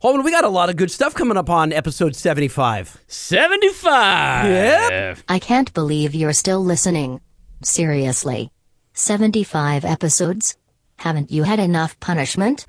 Holman, we got a lot of good stuff coming up on episode 75. 75. Yep. I can't believe you're still listening. Seriously. 75 episodes? Haven't you had enough punishment?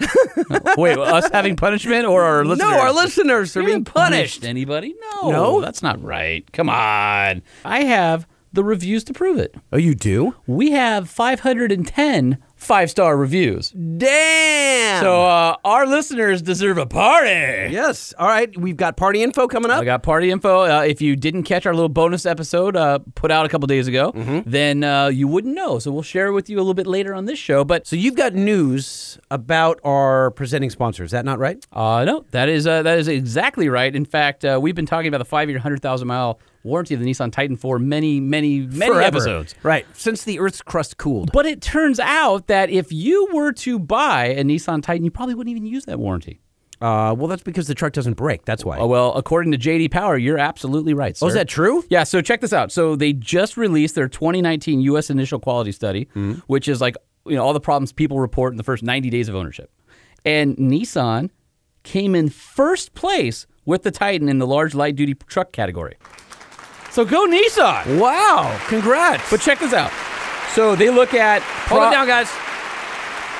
Wait, us having punishment or our listeners? No, our listeners are We being haven't punished. punished. Anybody? No. No? That's not right. Come on. I have the reviews to prove it. Oh, you do? We have 510 five star reviews. Damn. So uh, our listeners deserve a party. yes. All right. We've got party info coming up. I got party info. Uh, if you didn't catch our little bonus episode uh, put out a couple days ago, Mm-hmm. then uh, you wouldn't know. So we'll share it with you a little bit later on this show. But so you've got news about our presenting sponsor. Is that not right? uh, no, that is uh, that is exactly right. In fact, uh, we've been talking about the five year, hundred thousand mile warranty of the Nissan Titan for many, many, many Forever. episodes. Right. Since the Earth's crust cooled. But it turns out that if you were to buy a Nissan Titan, you probably wouldn't even use that warranty. Uh, well, that's because the truck doesn't break. That's why. Uh, well, according to JD Power, you're absolutely right. Sir. Oh, is that true? Yeah, so check this out. So they just released their 2019 U.S. initial quality study, Hmm. which is like you know all the problems people report in the first 90 days of ownership, and Nissan came in first place with the Titan in the large light duty truck category. So go Nissan! Wow. Congrats. But check this out. So they look at Hold pro- it down, guys.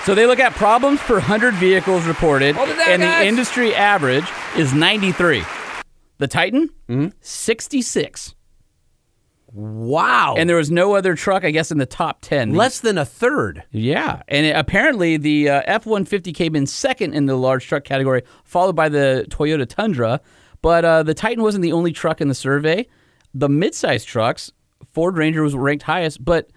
so they look at problems per 100 vehicles reported, Hold it down, and guys. the industry average is 93. The Titan, Mm-hmm. 66. Wow. And there was no other truck, I guess, in the top 10. less than a third. yeah. And it- apparently the uh, F 150 came in second in the large truck category, followed by the Toyota Tundra. But uh, the Titan wasn't the only truck in the survey. The midsize trucks, Ford Ranger was ranked highest, but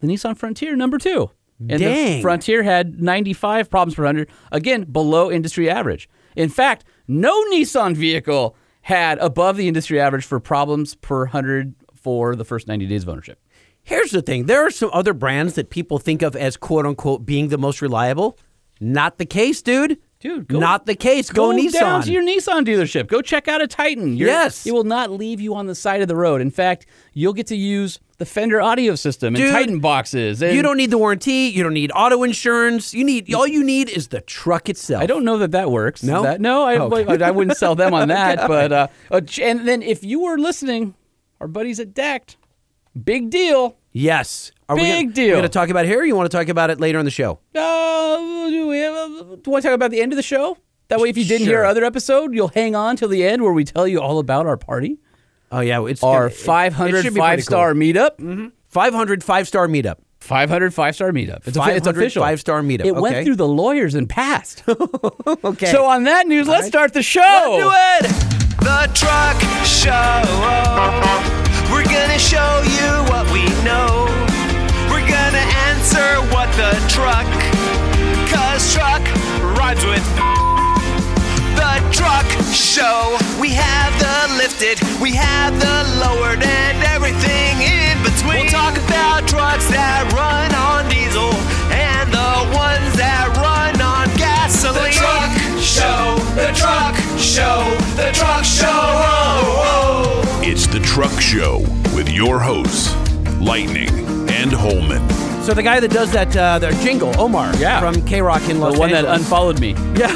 the Nissan Frontier, number two. And Dang. the Frontier had 95 problems per 100, again, below industry average. In fact, no Nissan vehicle had above the industry average for problems per 100 for the first 90 days of ownership. Here's the thing there are some other brands that people think of as quote unquote being the most reliable. Not the case, dude. Dude, go- not the case. Go, Nissan. down to your Nissan dealership. Go check out a Titan. You're- Yes. it will not leave you on the side of the road. In fact, you'll get to use the Fender audio system and Dude, Titan boxes. And you don't need the warranty. You don't need auto insurance. You need all you need is the truck itself. I don't know that that works. No? That- no, I, Okay. I, I wouldn't sell them on that. But uh, uh, ch- and then if you were listening, our buddies at Decked, big deal. Yes. Are Big gonna, deal. We're going to talk about it here. Or you want to talk about it later in the show? Uh, do we have, do you want to talk about the end of the show? That way, if you didn't hear Sure. our other episode, you'll hang on till the end where we tell you all about our party, Oh yeah, it's our gonna- it- it 500 should be pretty five star cool. meetup. 500 five star meetup. 500 five star meetup. It's, offi- it's 500 official. five-star meetup. It went Okay. through the lawyers and passed. Okay. So on that news, let's start the show. The Truck Show. We're gonna show you what we know. We're gonna answer what the truck. Cause truck rhymes with the truck show. We have the lifted, we have the lowered, and everything in between. We'll talk about trucks that run on diesel and the ones that run on gasoline. The truck show, the truck show, the truck show. It's the Truck Show with your hosts, Lightning and Holman. So the guy that does that uh, the jingle, Omar, Yeah. from K Rock in Los The one that Angeles. unfollowed me. yeah,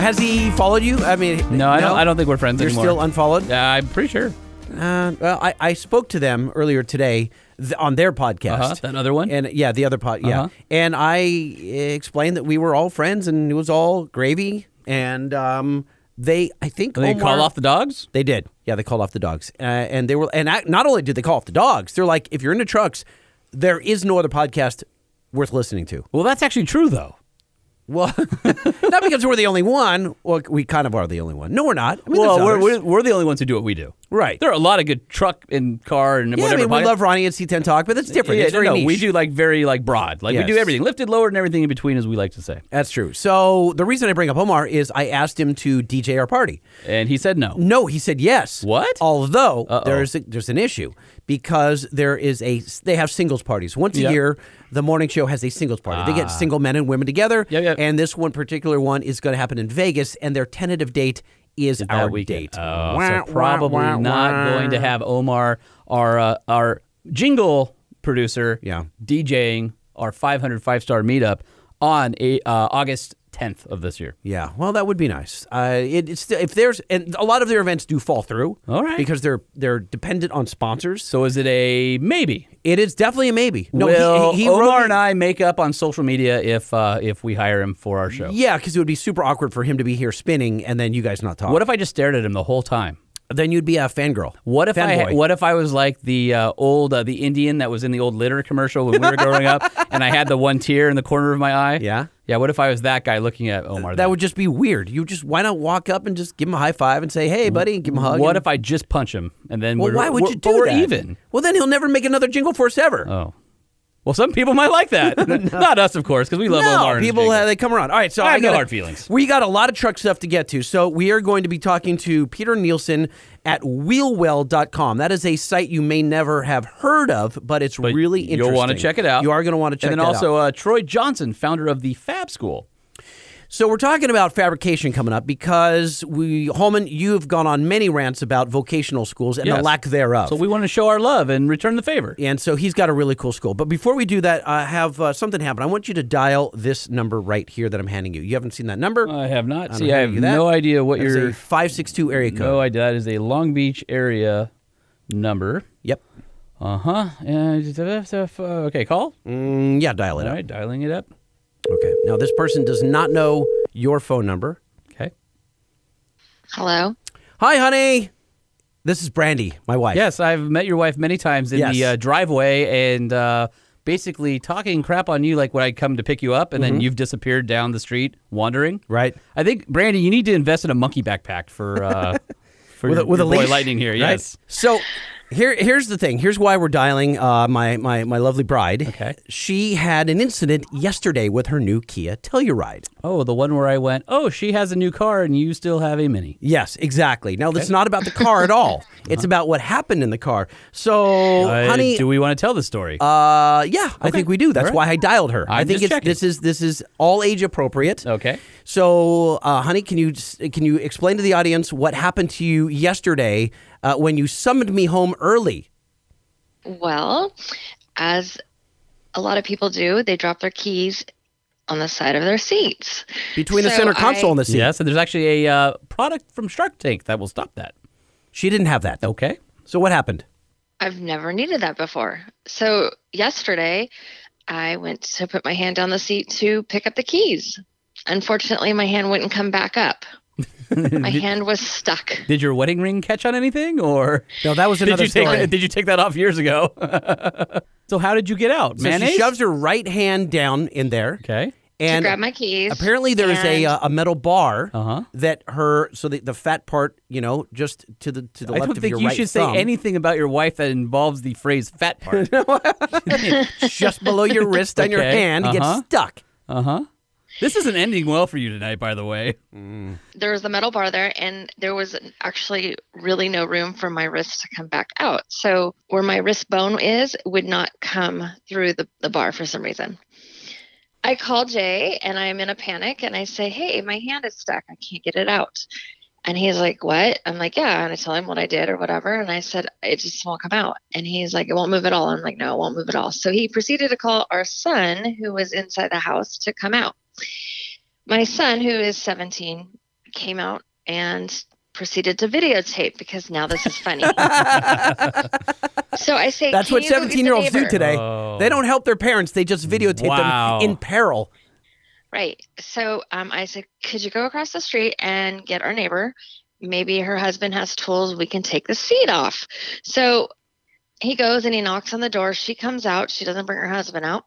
has he followed you? I mean, No, I, don't, I don't think we're friends You're anymore. still unfollowed. Uh, I'm pretty sure. Uh, well, I, I spoke to them earlier today th- on their podcast. Uh-huh, that other one? And yeah, the other pod. Yeah, Uh-huh. and I explained that we were all friends and it was all gravy. And um, they, I think, They Omar- call off the dogs. They did. Yeah, they called off the dogs, uh, and they were. And I, not only did they call off the dogs, they're like, if you're into trucks, there is no other podcast worth listening to. Well, that's actually true though. Well, not because we're the only one. Well, we kind of are the only one. No, we're not. I mean, well, there's we're, others. we're, we're the only ones who do what we do. Right. There are a lot of good truck and car and yeah, I whatever. mean, we podcasts. love Ronnie and C10 Talk, but that's different. Yeah, it's no, very no, niche. we do like very like broad. Like we do Yes. everything, lifted, lowered, and everything in between, as we like to say. That's true. So the reason I bring up Omar is I asked him to DJ our party. And he said no. No, he said yes. What? Although Uh-oh. there's a, there's an issue because there is a they have singles parties once Yep. Ah. a year. The morning show has a singles party. They get single men and women together. Yep, yep. And this one particular one is going to happen in Vegas, and their tentative date is that our weekend. date. Oh, so probably not going to have Omar, our uh, our jingle producer, Yeah. DJing our 500 five star meetup on a, uh, August tenth of this year. Yeah, well, that would be nice. Uh, it, it's if there's and a lot of their events do fall through. All right. because they're they're dependent on sponsors. So So is it a maybe? it is definitely a maybe. he- Will he, he Omar wrote- and I make up on social media if uh, if we hire him for our show? Yeah, because it would be super awkward for him to be here spinning and then you guys not talk. What if I just stared at him the whole time? then you'd be a fangirl. What if I Fanboy. what if I was like the uh, old uh, the Indian that was in the old litter commercial when we were growing up, and I had the one tear in the corner of my eye? Yeah. yeah. What if I was that guy looking at Omar? That would just be weird. You just why not walk up and just give him a high five and say, "Hey, buddy," and give him a hug. What and- if I just punch him and then Well, we're, why would we're- you but do we're that? even? Well, then he'll never make another jingle for us ever. Oh, well, some people might like that. Not us, of course, because we love Omar. and his people jingle. uh, they come around. All right, so I I, have no gotta- hard feelings. We got a lot of truck stuff to get to, so we are going to be talking to Peter Nielsen at wheelwell.com. That is a site you may never have heard of, but it's But really interesting. You'll want to check it out. You are going to want to check And that then out. also Uh, Troy Johnson, founder of the Fab School. So we're talking about fabrication coming up because we Holman, you've gone on many rants about vocational schools and the Yes. lack thereof. So we want to show our love and return the favor. and so he's got a really cool school. But before we do that, I have uh, something happen. I want you to dial this number right here that I'm handing you. You haven't seen that number? I have not. I'm See, I have handing you that. no idea what That's your a 562 area code. no idea. That is a Long Beach area number. Yep. Uh huh. uh, Okay, call. Mm, yeah, dial it All up. right, dialing it up. Okay. Now this person does not know your phone number. Okay. Hello. Hi, honey. This is Brandy, my wife. Yes, I've met your wife many times in the Yes. uh, driveway and uh, basically talking crap on you, like when I come to pick you up, and then you've disappeared down the street wandering. Mm-hmm. Right. I think Brandy, you need to invest in a monkey backpack for uh, for with your, a, with your a boy leash, Lightning here. right? Yes. So here here's the thing. Here's why we're dialing uh, my my my lovely bride. Okay. She had an incident yesterday with her new Kia Telluride. Oh, the one where I went. Oh, she has a new car, and you still have a mini. Uh-huh. Yes, exactly. Now that's not about the car at all. It's about what happened in the car. So, Uh, honey, do we want to tell the story? uh, yeah, I think we do. That's All right. why I dialed her. i I'm think just it's checking. this is this is all age appropriate. okay. So, uh, honey, can you can you explain to the audience what happened to you yesterday uh, when you summoned me home early? Well, as a lot of people do, they drop their keys on the side of their seats. between the So center console I- and the seat. Yes, and there's actually a uh, product from Shark Tank that will stop that. She didn't have that. Okay. So what happened? I've never needed that before. So yesterday, I went to put my hand down the seat to pick up the keys. Unfortunately, my hand wouldn't come back up. my hand was stuck. Did your wedding ring catch on anything, or No, that was did another you take story. that, did you take that off years ago? so how did you get out? so Mayonnaise? she shoves her right hand down in there, I okay. and grabbed my keys. apparently there is a and- uh, a metal bar Uh-huh. that her so the, the fat part, you know, just to the to the I left don't of think your you right should thumb, say anything about your wife that involves the phrase "fat part." just below your wrist on your Okay, hand uh-huh. gets stuck. Uh huh. This isn't ending well for you tonight, by the way. there was a metal bar there and there was actually really no room for my wrist to come back out so where my wrist bone is would not come through the, the bar for some reason i call jay and i'm in a panic and i say hey my hand is stuck i can't get it out and he's like what i'm like yeah and i tell him what i did or whatever and i said it just won't come out and he's like it won't move at all i'm like no it won't move at all so he proceeded to call our son who was inside the house to come out my son who is 17 came out and proceeded to videotape because now this is funny. so I say That's "Can what you go get the 17 year olds do neighbor?" today. Oh. They don't help their parents, they just videotape Wow. them in peril. Right. So um, I said, could you go across the street and get our neighbor? Maybe her husband has tools. We can take the seat off. So he goes and he knocks on the door. She comes out. She doesn't bring her husband out.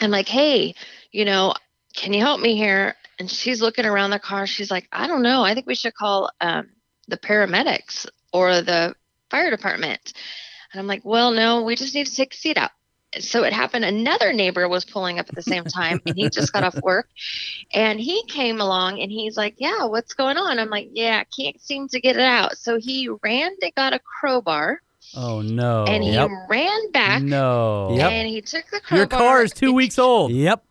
I'm like, hey, you know, can you help me here? And she's looking around the car. She's like, I don't know. I think we should call um, the paramedics or the fire department. And I'm like, well, no, we just need to take the seat out. So it happened. Another neighbor was pulling up at the same time, and he just got off work. And he came along and he's like, Yeah, what's going on? I'm like, Yeah, I can't seem to get it out. So he ran to got a crowbar Oh no. and he ran back No. and he took the crowbar. Your car is two weeks old. Yep.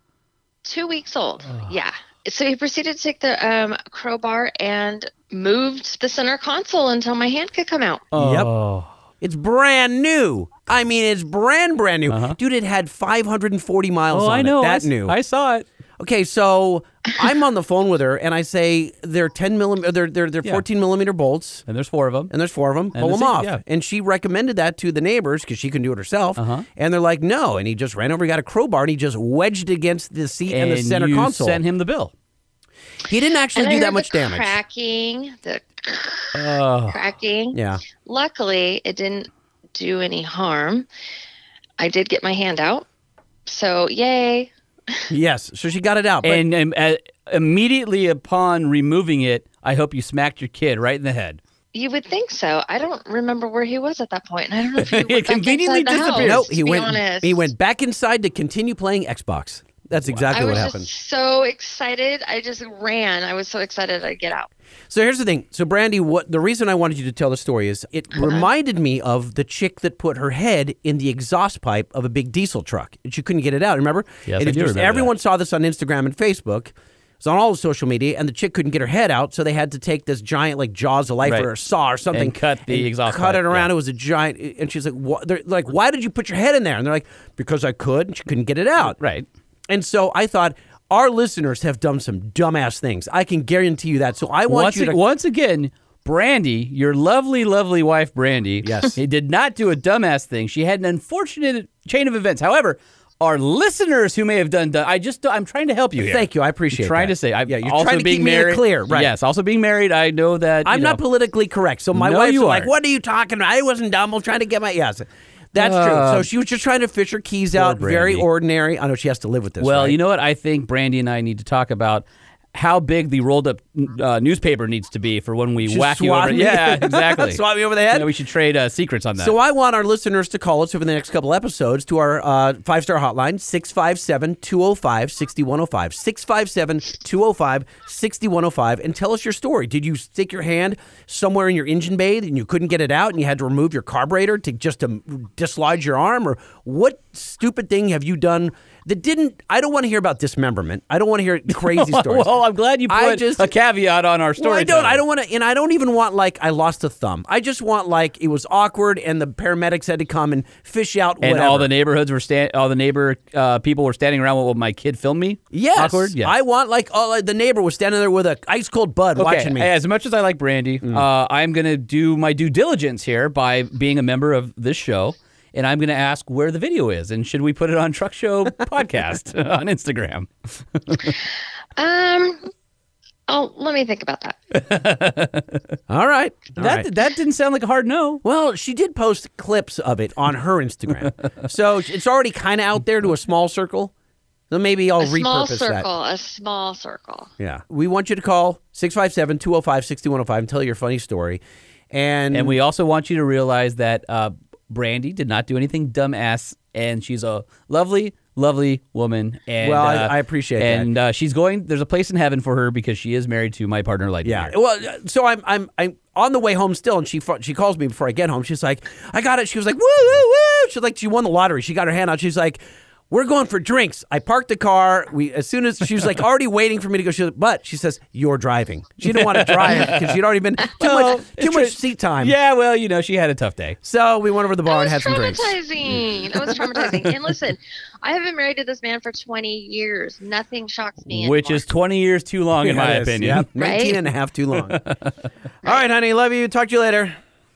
Two weeks old. Yeah. So he proceeded to take the um, crowbar and moved the center console until my hand could come out. Oh. It's brand new. I mean, it's brand brand new, dude. It had 540 miles Uh-huh. Oh, on I know. it. I That s- new. I saw it. Okay, so I'm on the phone with her, and I say they're 10 millimeter, they're they're, they're 14 millimeter bolts, And there's four of them. and there's four of them. Pull that's them it, off. yeah. And she recommended that to the neighbors because she couldn't do it herself. Uh-huh. And they're like, no. And he just ran over, he got a crowbar, and he just wedged it against the seat and, the center you console. sent him the bill. he didn't actually And I do heard that much the damage. Cracking, the Oh, cracking. Yeah. Luckily, it didn't do any harm. I did get my hand out, so yay! Yes. So she got it out. But and, and uh, immediately upon removing it, I hope you smacked your kid right in the head. You would think so. I don't remember where he was at that point, and I don't know if he It went back conveniently inside the house, disappeared. no, to he be went honest. he went back inside to continue playing Xbox. That's exactly I was what just happened. so excited. I just ran. I was so excited I'd get out. So here's the thing. So Brandy, what the reason I wanted you to tell the story is it reminded me of the chick that put her head in the exhaust pipe of a big diesel truck and she couldn't get it out. Remember? Yes, and I it do was- remember that. Everyone saw this on Instagram and Facebook. It's on all the social media, and the chick couldn't get her head out, so they had to take this giant like jaws of life Right. or a saw or something And cut the and exhaust cut it pipe, around. yeah. It was a giant, and she's like, "What?" They're like, "Why did you put your head in there?" And they're like, "Because I could." And she couldn't get it out. Right. And so I thought our listeners have done some dumbass things. I can guarantee you that. So I want Once, you to ag- once again, Brandy, your lovely, lovely wife, Brandy, yes, did not do a dumbass thing. She had an unfortunate chain of events. However, our listeners who may have done, dumb, I just, I'm trying to help you. Here. Thank you. I appreciate I'm trying that. to say, I, Yeah, you're also trying to being keep me in the married, clear, right. Yes, also being married. I know that I'm you not know, politically correct. So my No, wife's you like, aren't. "What are you talking about? I wasn't dumb. I'm trying to get my yes." That's true. So she was just trying to fish her keys out. Very Uh, Brandy. ordinary. I know she has to live with this. Well, right? you know what? I think Brandy and I need to talk about how big the rolled up uh, newspaper needs to be for when we Just whack you swat over. me. Yeah, exactly. Swat me over the head? You know, we should trade uh, secrets on that. So I want our listeners to call us over the next couple episodes to our uh, five star hotline, 657 205 6105. 657 205 6105. And tell us your story. Did you stick your hand somewhere in your engine bay and you couldn't get it out and you had to remove your carburetor to just to dislodge your arm? Or what stupid thing have you done? That didn't. I don't want to hear about dismemberment. I don't want to hear crazy stories. well, I'm glad you put I just- a caveat on our story. Well, I don't. I tonight. don't want to, and I don't even want like I lost a thumb. I just want like it was awkward, and the paramedics had to come and fish out. And whatever. all the neighborhoods were stand. All the neighbor uh, people were standing around. Will my kid film me? yes, Awkward. Yeah. I want like all like, the neighbor was standing there with a ice cold bud Okay, watching me. Mm. As much as I like Brandy, uh, I'm going to do my due diligence here by being a member of this show, and I'm going to ask where the video is, and should we put it on Truck Show Podcast on Instagram? Um, oh, let me think about that. all right, all that right. that didn't sound like a hard no. Well, she did post clips of it on her Instagram, so it's already kind of out there to a small circle. So maybe I'll A small Oh, repurpose that. circle. A small circle. Yeah. We want you to call 657 205 6105 and tell your funny story. And, And we also want you to realize that uh, Brandy did not do anything dumbass, and she's a lovely, lovely woman. And Well, I- uh, I appreciate that. and, uh, she's going. There's a place in heaven for her because she is married to my partner, Lightning. Yeah. Here. Well, uh, so I'm I'm I'm on the way home still, and she fu- she calls me before I get home. She's like, "I got it." She was like, "Woo woo woo!" She's like, she won the lottery. She got her hand out. She's like. We're going for drinks. I parked the car. We as soon as she was like already waiting for me to go. She was, but she says you're driving. She didn't want to drive because she'd already been too Well, much too it's much tra- seat time. Yeah. Well, you know, she had a tough day. So we went over to the bar That and was had some drinks. traumatizing. That was traumatizing. and listen, I have been married to this man for 20 years. Nothing shocks me. Which anymore. is 20 years too long, in my Yes, opinion. yep. 19 Right? and a half too long. All right, honey. Love you. Talk to you later.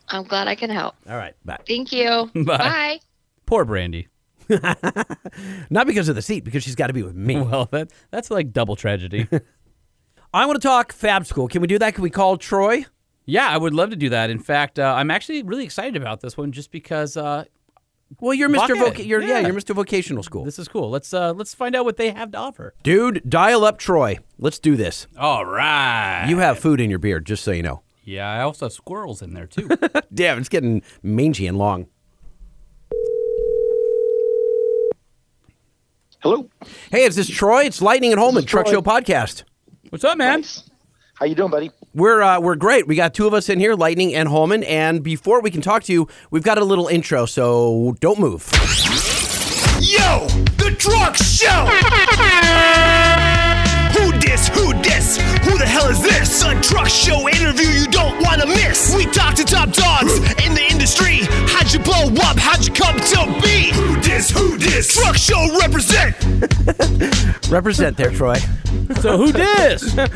I'm glad I can help. All right. Bye. Thank you. Bye. Poor Brandy. Not because of the seat, because she's got to be with me. Well, that that's like double tragedy. I want to talk fab school. Can we do that? Can we call Troy? yeah, I would love to do that. In fact, uh, I'm actually really excited about this one just because uh, Well, you're Walk Mr. at Voc- it. you're, yeah. Yeah. you're Mr. Vocational School. this is cool. Let's uh, let's find out what they have to offer. Dude, dial up Troy. Let's do this. All right. You have food in your beard, just so you know. Yeah, I also have squirrels in there too. Damn, it's getting mangy and long. Hello. Hey, is this Troy? It's Lightning and Holman, Truck Show Podcast. What's up, man? How you doing, buddy? We're uh, we're great. We got two of us in here, Lightning and Holman. And before we can talk to you, we've got a little intro, so don't move. Yo, the truck show. Who dis? Who dis? Who the hell is this? A truck show interview you don't want to miss. We talk to top dogs in the industry. How'd you blow up? How'd you come to be? Who dis? this? Who this? Truck show represent. Represent there, Troy. So who dis?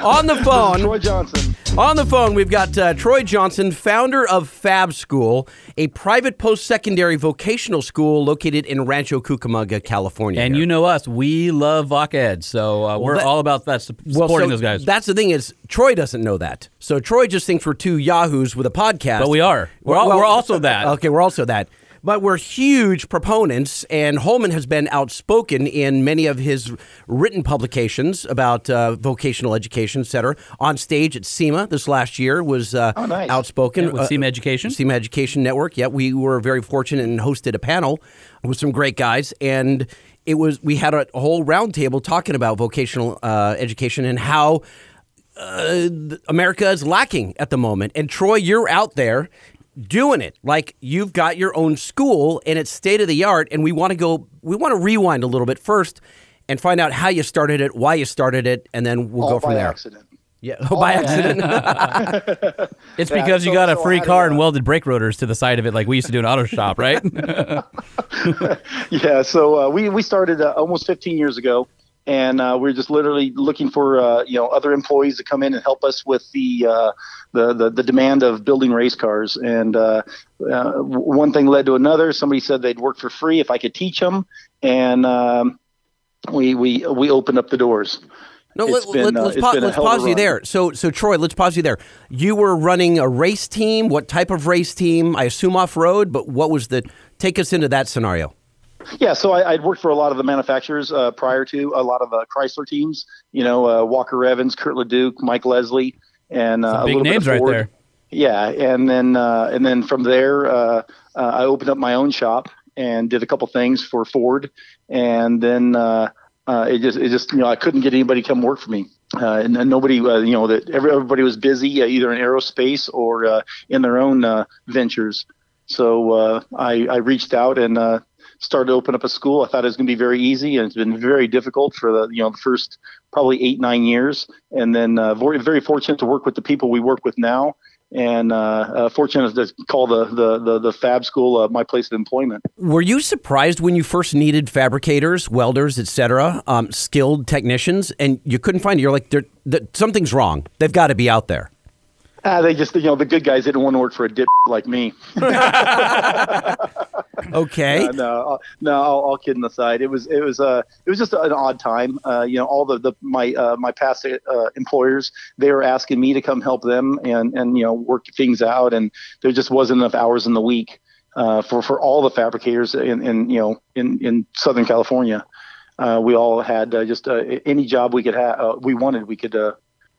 On the phone, Troy Johnson. On the phone, we've got uh, Troy Johnson, founder of Fab School, a private post secondary vocational school located in Rancho Cucamonga, California. and Here. you know us, we love Voc Ed, so uh, we're that- all about that su- supporting so those guys. That's the thing is, Troy doesn't know that. So Troy just thinks we're two yahoos with a podcast. But we are. We're al- we're also that. Okay, we're also that. But we're huge proponents, and Holman has been outspoken in many of his written publications about uh, vocational education, et cetera. On stage at SEMA this last year was uh, nice. outspoken. with uh, SEMA Education. SEMA Education Network. Yeah, we were very fortunate and hosted a panel with some great guys, and it was we had a whole roundtable talking about vocational uh, education and how uh, th- America is lacking at the moment. And Troy, you're out there doing it like you've got your own school and it's state of the art. And we want to go, we want to rewind a little bit first. And find out how you started it, why you started it, and then we'll all go from by there. accident. Yeah, by Oh, accident. It's Yeah, because you so- got a so free how do car you- and welded brake rotors to the side of it like we used to do in auto shop, right? Yeah, so uh, we we started uh, almost 15 years ago, and uh, we are just literally looking for uh, you know other employees to come in and help us with the uh, the, the the demand of building race cars. And uh, uh, w- one thing led to another. Somebody said they'd work for free if I could teach them, and um, we we we opened up the doors. No, let, It's been, let, uh, let's, it's pa- been a let's hell of a pause you run. there. So, so Troy, let's pause you there. You were running a race team. What type of race team? I assume off road, but what was the? Take us into that scenario. Yeah, so I, I'd worked for a lot of the manufacturers uh, prior to a lot of uh, Chrysler teams. You know, uh, Walker Evans, Kurt LeDuc, Mike Leslie, and uh, a Big little names bit of right Ford. there. Yeah, and then uh, and then from there, uh, uh, I opened up my own shop and did a couple things for Ford, and then uh, uh, it just it just you know I couldn't get anybody to come work for me. Uh, and, and nobody, uh, you know, that every, everybody was busy uh, either in aerospace or uh, in their own uh, ventures. So uh, I, I reached out and uh, started to open up a school. I thought it was going to be very easy, and it's been very difficult for the you know the first probably eight nine years. And then uh, very very fortunate to work with the people we work with now, and uh, uh, fortunate to call the the the, the Fab School uh, my place of employment. Were you surprised when you first needed fabricators, welders, etc., um, skilled technicians, and you couldn't find? it? You're like, there, th- something's wrong. They've got to be out there. Ah, they just you know the good guys didn't want to work for a dip like me. Okay. Uh, no, uh, no, all, all kidding aside, it was it was uh, it was just an odd time. Uh, you know, all the, the my uh, my past uh, employers they were asking me to come help them and and you know work things out, and there just wasn't enough hours in the week uh, for for all the fabricators in, in you know in in Southern California. Uh, we all had uh, just uh, any job we could have uh, we wanted we could uh,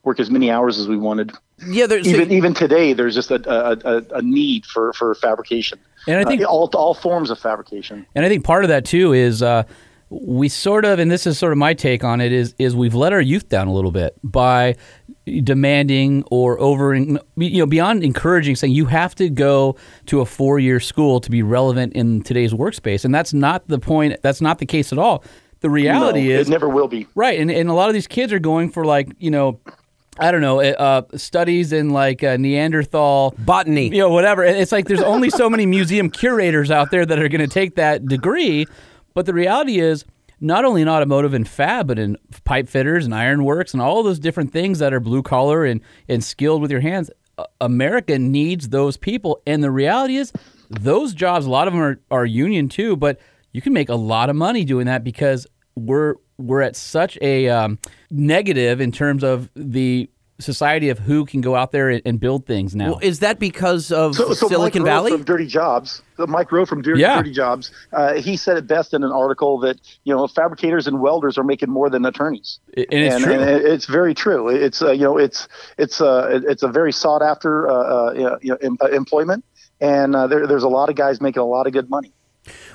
work as many hours as we wanted. yeah. There's, Even even today, there's just a a, a, a need for for fabrication. And I think- Uh, all all forms of fabrication. And I think part of that too is uh, we sort of, and this is sort of my take on it, is is we've let our youth down a little bit by demanding or over, you know, beyond encouraging, saying you have to go to a four year school to be relevant in today's workspace, and that's not the point. That's not the case at all. The reality No, is, it never will be. Right, and and a lot of these kids are going for like you know, I don't know, uh, uh, studies in like uh, Neanderthal Botany. you know, whatever. And It's like there's only so many museum curators out there that are going to take that degree, but the reality is. Not only in automotive and fab, but in pipe fitters and ironworks and all those different things that are blue collar and, and skilled with your hands, uh, America needs those people. And the reality is, those jobs, a lot of them are, are union too, but you can make a lot of money doing that because we're we're at such a um, negative in terms of the society of who can go out there and, and build things now. Well, is that because of Silicon Mike Rowe Valley? from Dirty Jobs. So Mike Rowe from Dirty, Yeah. Dirty Jobs. Uh, he said it best in an article that you know fabricators and welders are making more than attorneys. I- and it's true. it- it's very true. It's uh, you know it's it's uh, it- it's a very sought after uh, uh, you know, you know, em- uh, employment, and uh, there, there's a lot of guys making a lot of good money.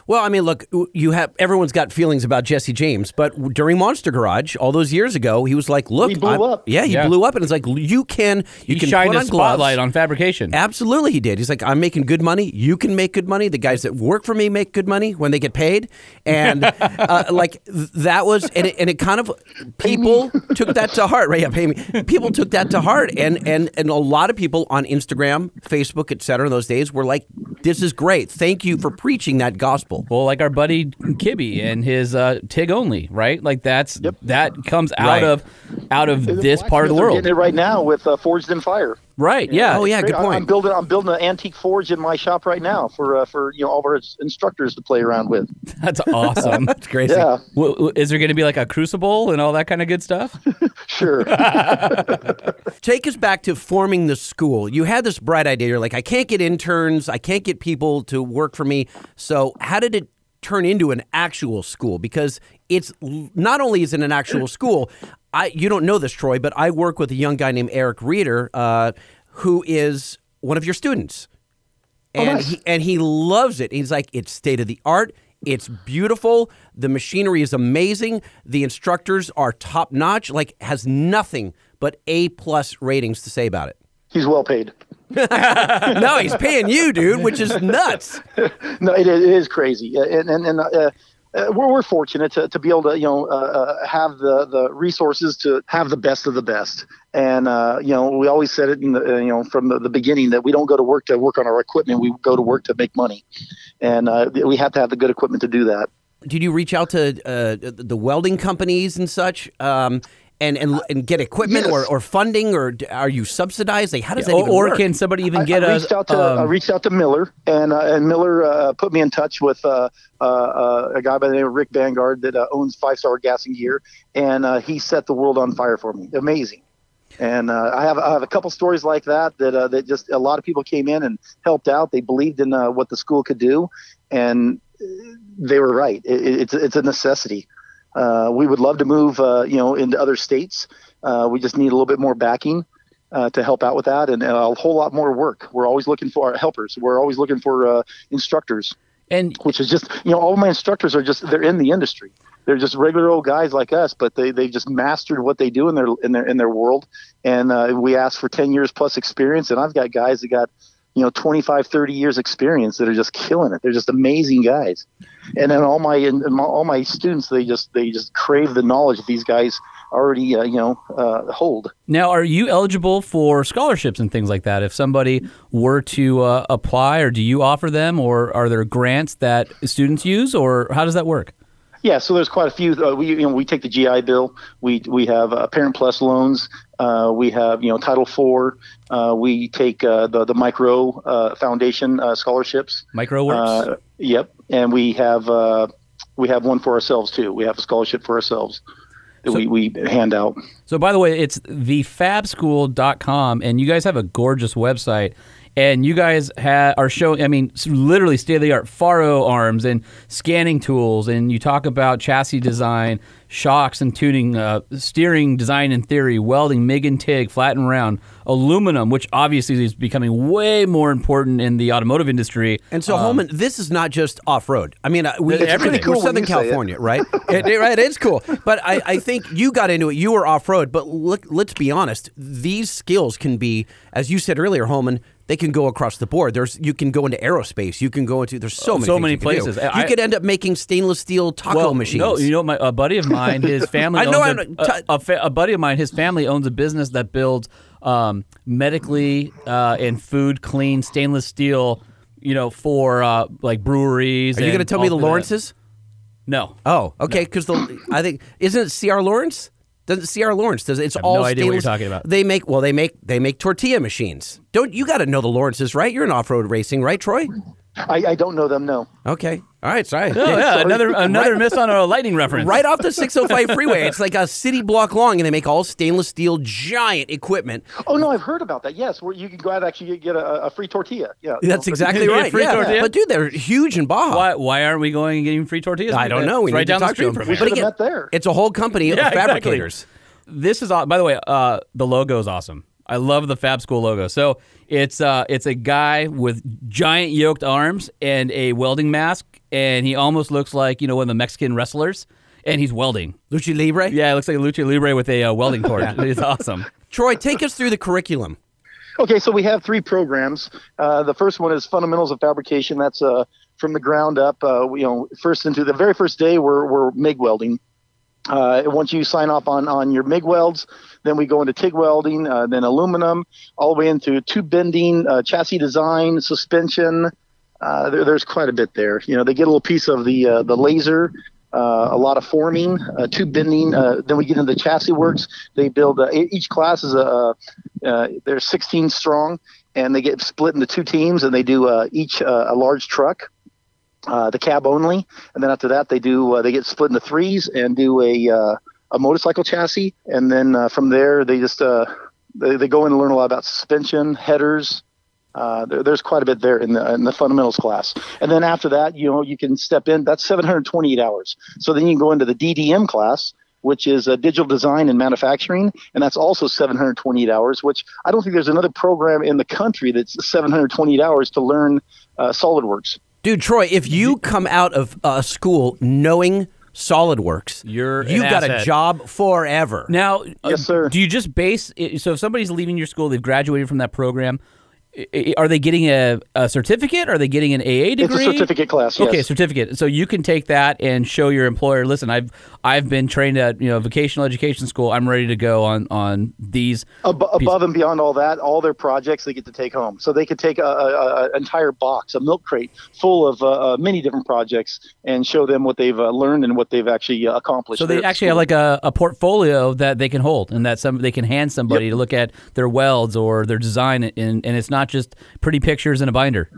Well, I mean, look, you have everyone's got feelings about Jesse James, but during Monster Garage, all those years ago, he was like, "Look, He blew I'm- up. Yeah, he Yeah. blew up, and it's like you can, you he can shined put a on spotlight gloves. on fabrication. Absolutely, he did. He's like, "I'm making good money. You can make good money. The guys that work for me make good money when they get paid." And uh, like th- that was, and it, and it kind of people took that to heart, right? Yeah, pay me. People took that to heart, and and and a lot of people on Instagram, Facebook, et cetera, in those days were like, "This is great. Thank you for preaching that gospel." people. Well, like our buddy Kibby and his uh, Tig only, right? Like that's that comes out Right. of out of this part of the They're world, getting it right now with uh, Forged in Fire. right? Yeah. Oh yeah, good Great. I- I'm point. building. I'm building an antique forge in my shop right now for uh, for you know all of our instructors to play around with. that's awesome. It's crazy. Yeah, W- w- Is there going to be like a crucible and all that kind of good stuff? sure. Take us back to forming the school. You had this bright idea. You're like, I can't get interns. I can't get people to work for me. So how did it turn into an actual school? Because it's l- not only is it an actual school. I you don't know this, Troy, but I work with a young guy named Eric Reeder, uh, who is one of your students. Oh, and he, and he loves it. He's like, it's state of the art. It's beautiful. The machinery is amazing. The instructors are top notch. Like, has nothing but A plus ratings to say about it. He's well paid. no, he's paying you, dude, which is nuts. No, it, it is crazy, Uh, and and, and uh, uh, uh, we're we're fortunate to, to be able to you know uh, uh, have the the resources to have the best of the best. And uh, you know, we always said it in the uh, you know from the, the beginning that we don't go to work to work on our equipment. We go to work to make money, and uh, we have to have the good equipment to do that. Did you reach out to uh, the welding companies and such, um, and and and get equipment or, Yes. or funding, or d- are you subsidized? Like, how does that or even or work? can somebody even get I a? reached out to uh, I um, reached out to Miller, and uh, and Miller uh, put me in touch with uh, uh, uh, a guy by the name of Rick Vanguard that uh, owns Five Star Gas and Gear, and uh, he set the world on fire for me. Amazing. And uh, I have I have a couple stories like that that uh, that just a lot of people came in and helped out. They believed in uh, what the school could do, and uh, they were right. It, it- it's it's a necessity. Uh, we would love to move, uh, you know, into other states. Uh, we just need a little bit more backing uh, to help out with that, and, and a whole lot more work. We're always looking for helpers. We're always looking for uh, instructors, and which is just you know, all my instructors are just they're in the industry. They're just regular old guys like us, but they they've just mastered what they do in their in their in their world. And uh, we ask for ten years plus experience, and I've got guys that got you know 25 30 years experience that are just killing it they're just amazing guys and then all my and my- all my students they just they just crave the knowledge that these guys already uh, you know uh, hold now, are you eligible for scholarships and things like that? If somebody were to uh, apply, or do you offer them, or are there grants that students use, or how does that work? Yeah, so there's quite a few. Uh, we you know we take the GI Bill. We we have uh, Parent Plus loans. Uh, we have you know Title IV. Uh, we take uh, the the Micro uh, Foundation uh, scholarships. MicroWorks. Uh, yep, and we have uh, we have one for ourselves too. We have a scholarship for ourselves that we, we hand out. So, by the way, it's thefabschool.com, and you guys have a gorgeous website. And you guys ha- are showing, I mean, s- literally state of the art faro arms and scanning tools. And you talk about chassis design, shocks and tuning, uh, steering design and theory, welding, MIG and TIG, flat and round, aluminum, which obviously is becoming way more important in the automotive industry. Uh, And so, Holman, this is not just off road. I mean, uh, we, It's everything. pretty cool we're when Southern you say it. California, right? It- it- right, it's cool. But I, I think you got into it. You were off road, but look, let's be honest. These skills can be, as you said earlier, Holman. They can go across the board. There's you can go into aerospace. You can go into there's so Oh, many so things many you can do. places. You I- could end up making stainless steel taco machines. No, you know, my a buddy of mine, his family. I know Owns I'm- a, a- a fa- a buddy of mine, his family owns a business that builds um, medically uh, and food clean stainless steel. You know, for uh, like breweries. Are you and going to tell me all the of that. Lawrences? No. Oh, okay. Because the I think isn't it C.R. Lawrence? Doesn't C.R. Lawrence does it's all no idea what you're stainless- talking about. They make well, they make they make tortilla machines. Don't you got to know the Lawrences, right? You're in off road racing, right, Troy? I, I don't know them. No, Okay, all right, sorry. Oh, yeah, another another Right- miss on a lightning reference. Right off the 605 freeway, it's like a city block long, and they make all stainless steel giant equipment. oh no, I've heard about that. Yes, where you can go out and actually get a, a free tortilla. Yeah, That's exactly Yeah, right. free yeah. tortilla. But dude, they're huge in Baja. Why, why aren't we going and getting free tortillas? I don't know. We uh, It's need right to down the talk street to them. from But here. Should've again, met there. It's a whole company Yeah, of exactly. fabricators. This is aw- by the way, uh, the logo is awesome. I love the Fab School logo. So it's uh, it's a guy with giant yoked arms and a welding mask, and he almost looks like you know one of the Mexican wrestlers, and he's welding. Lucha Libre. Yeah, it looks like Lucha Libre with a uh, welding torch. It's awesome. Troy, take us through the curriculum. Okay, so we have three programs. Uh, the first one is fundamentals of fabrication. That's uh, from the ground up. Uh, you know, first into the very first day, we're we're MIG welding. Uh, and once you sign off on on your MIG welds, then we go into TIG welding, uh, then aluminum, all the way into tube bending, uh, chassis design, suspension, uh, there, there's quite a bit there. You know, they get a little piece of the uh, the laser, uh, a lot of forming, uh, tube bending. Uh, then we get into the chassis works. They build uh, e- each class is a uh, uh, they're 16 strong, and they get split into two teams, and they do uh, each uh, a large truck. Uh, the cab only, and then after that they do uh, they get split into threes and do a uh, a motorcycle chassis, and then uh, from there they just uh, they, they go in and learn a lot about suspension, headers, uh, there, there's quite a bit there in the in the fundamentals class, and then after that, you know, you can step in. That's 728 hours. So then you can go into the DDM class, which is uh, digital design and manufacturing, and that's also 728 hours. Which I don't think there's another program in the country that's 728 hours to learn uh, SolidWorks. Dude, Troy, if you come out of uh, school knowing SolidWorks, You're an you've got a asset. job forever. Now, uh, Yes, sir. Do you just base it, so if somebody's leaving your school, they've graduated from that program, i- i- are they getting a, a certificate? Are they getting an AA degree? It's a certificate class. Yes. Okay, certificate. So you can take that and show your employer. Listen, I've I've been trained at you know vocational education school. I'm ready to go on on these. Ab- above and beyond all that, all their projects they get to take home. So they could take a, a, a entire box, a milk crate full of uh, uh, many different projects, and show them what they've uh, learned and what they've actually uh, accomplished. So they there at actually school. have like a, a portfolio that they can hold and that some they can hand somebody to look at their welds or their design and and it's not just pretty pictures in a binder.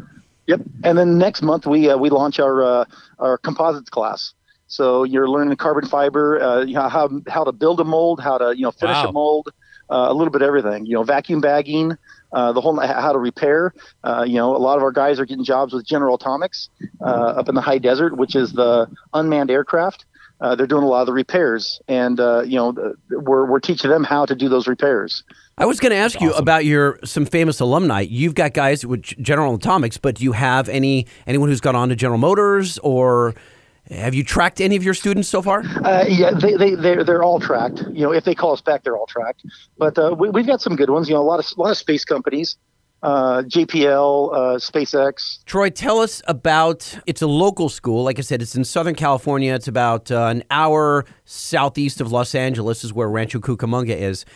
Yep. And then next month we uh, we launch our uh, our composites class. So you're learning carbon fiber, uh, you know, how how to build a mold, how to you know finish Wow. a mold, uh, a little bit of everything. You know, vacuum bagging, uh, the whole how to repair. Uh, you know, a lot of our guys are getting jobs with General Atomics uh, up in the high desert, which is the unmanned aircraft. Uh, they're doing a lot of the repairs, and uh, you know, th- we're we're teaching them how to do those repairs. I was going to ask you about your some famous alumni. You've got guys with G- General Atomics, but do you have any anyone who's gone on to General Motors or have you tracked any of your students so far? Uh, yeah, they, they, they're, they're all tracked. You know, if they call us back, they're all tracked. But uh, we, we've got some good ones. You know, a lot of, a lot of space companies, uh, JPL, uh, SpaceX. Troy, tell us about it's a local school. Like I said, it's in Southern California. It's about uh, an hour southeast of Los Angeles, is where Rancho Cucamonga is.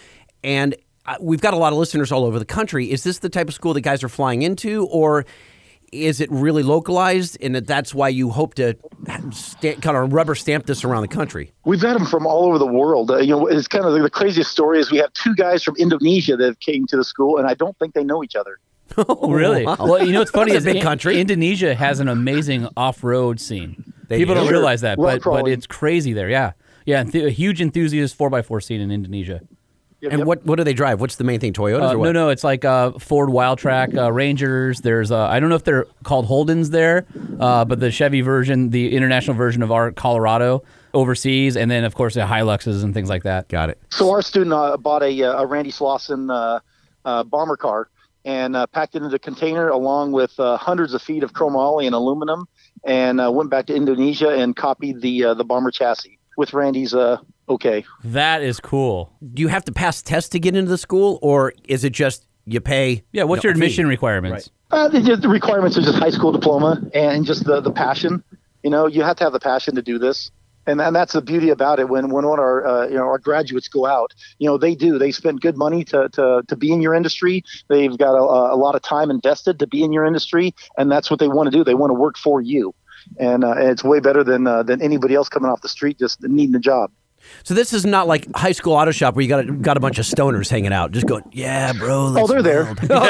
And uh, we've got a lot of listeners all over the country. Is this the type of school that guys are flying into, or is it really localized? And that that's why you hope to sta kind of rubber stamp this around the country? We've got them from all over the world. Uh, you know, it's kind of the, the craziest story is we have two guys from Indonesia that came to the school, and I don't think they know each other. Really? Well, you know what's funny Oh, That's a is big In- country. Indonesia has an amazing off-road scene. They People do. don't Sure. realize that, Rock but but crawling. it's crazy there. Yeah, yeah, and th- a huge enthusiast four x four scene in Indonesia. and yep. what what do they drive? What's the main thing? Toyotas Uh, or what? no, no, it's like uh, Ford Wildtrak uh, Rangers. There's uh, I don't know if they're called Holdens there, uh, but the Chevy version, the international version of our Colorado overseas, and then of course the Hiluxes and things like that. Got it. So our student uh, bought a, uh, a Randy Slauson uh, uh, bomber car and uh, packed it into a container along with uh, hundreds of feet of chromoly and aluminum, and uh, went back to Indonesia and copied the uh, the bomber chassis with Randy's. Uh, okay, That is cool. Do you have to pass tests to get into the school, or is it just you pay? Yeah, what's no, your a fee? admission requirements? uh, the, just- the requirements are just high school diploma and just the the passion. You know, you have to have the passion to do this. And, and that's the beauty about it. When when one of our uh, you know our graduates go out, you know they do. They spend good money to, to, to be in your industry. They've got a, a lot of time invested to be in your industry, and that's what they want to do. They want to work for you, and, uh, and it's way better than uh, than anybody else coming off the street just needing a job. So this is not like high school auto shop where you got a, got a bunch of stoners hanging out, just going, yeah, bro. Oh, let's they're there. weld."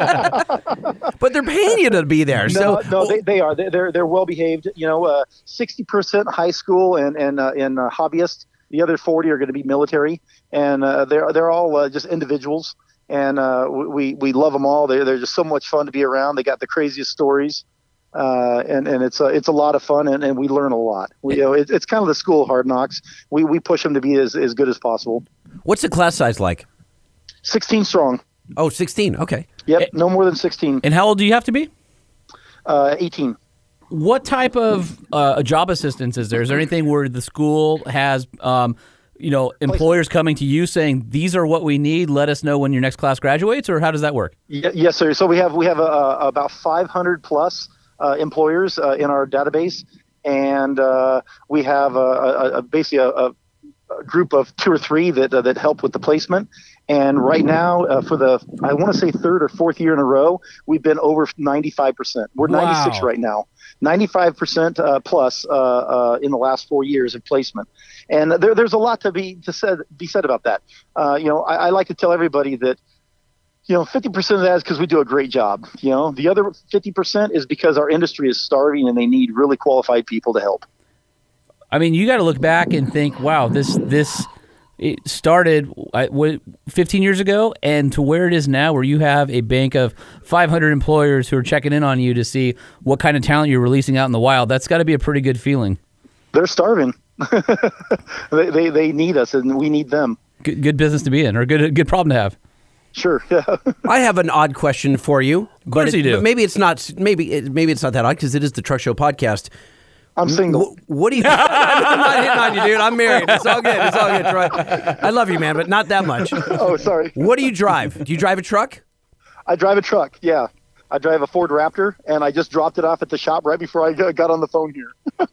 but they're paying you to be there. No, so no, they, they are. They're they're, they're well behaved. You know, uh, sixty percent high school and and uh, and uh, hobbyist. The other forty are going to be military, and uh, they're they're all uh, just individuals. And uh, we we love them all. They're they're just so much fun to be around. They got the craziest stories, uh, and and it's a it's a lot of fun, and, and we learn a lot. We, you know, it, it's kind of the school of hard knocks. We we push them to be as as good as possible. what's the class size like? Sixteen strong. Oh, 16. Okay. Yep, no more than sixteen. And how old do you have to be? Uh, Eighteen. What type of uh, job assistance is there? Is there anything where the school has, um, you know, employers coming to you saying these are what we need? Let us know when your next class graduates, or how does that work? Ye- Yes, sir. So we have we have uh, about 500 plus uh, employers uh, in our database, and uh, we have uh, a, a, basically a, a a group of two or three that uh, that help with the placement, And right now, uh, for the I want to say third or fourth year in a row, we've been over 95 percent. We're 96 Wow. right now, 95 percent uh, plus uh, uh, in the last four years of placement. And there, there's a lot to be to said be said about that. Uh, you know, I, I like to tell everybody that you know, 50% of that is because we do a great job. You know, the other 50% is because our industry is starving and they need really qualified people to help. I mean, you got to look back and think, wow, this this it started I, what, 15 years ago, and to where it is now, where you have a bank of 500 employers who are checking in on you to see what kind of talent you're releasing out in the wild. That's got to be a pretty good feeling. They're starving. they, they, they need us and we need them. Good, good business to be in, or good good problem to have. Sure. Yeah. I have an odd question for you. Of course but it- you do. But maybe it's not. Maybe it, maybe it's not that odd because it is the Truck Show podcast. I'm single. Wh- What do you? I'm not hitting on you, dude. I'm married. It's all good. It's all good. Troy. I love you, man, but not that much. Oh, sorry. What do you drive? Do you drive a truck? I drive a truck. Yeah. I drive a Ford Raptor and I just dropped it off at the shop right before I got got on the phone here.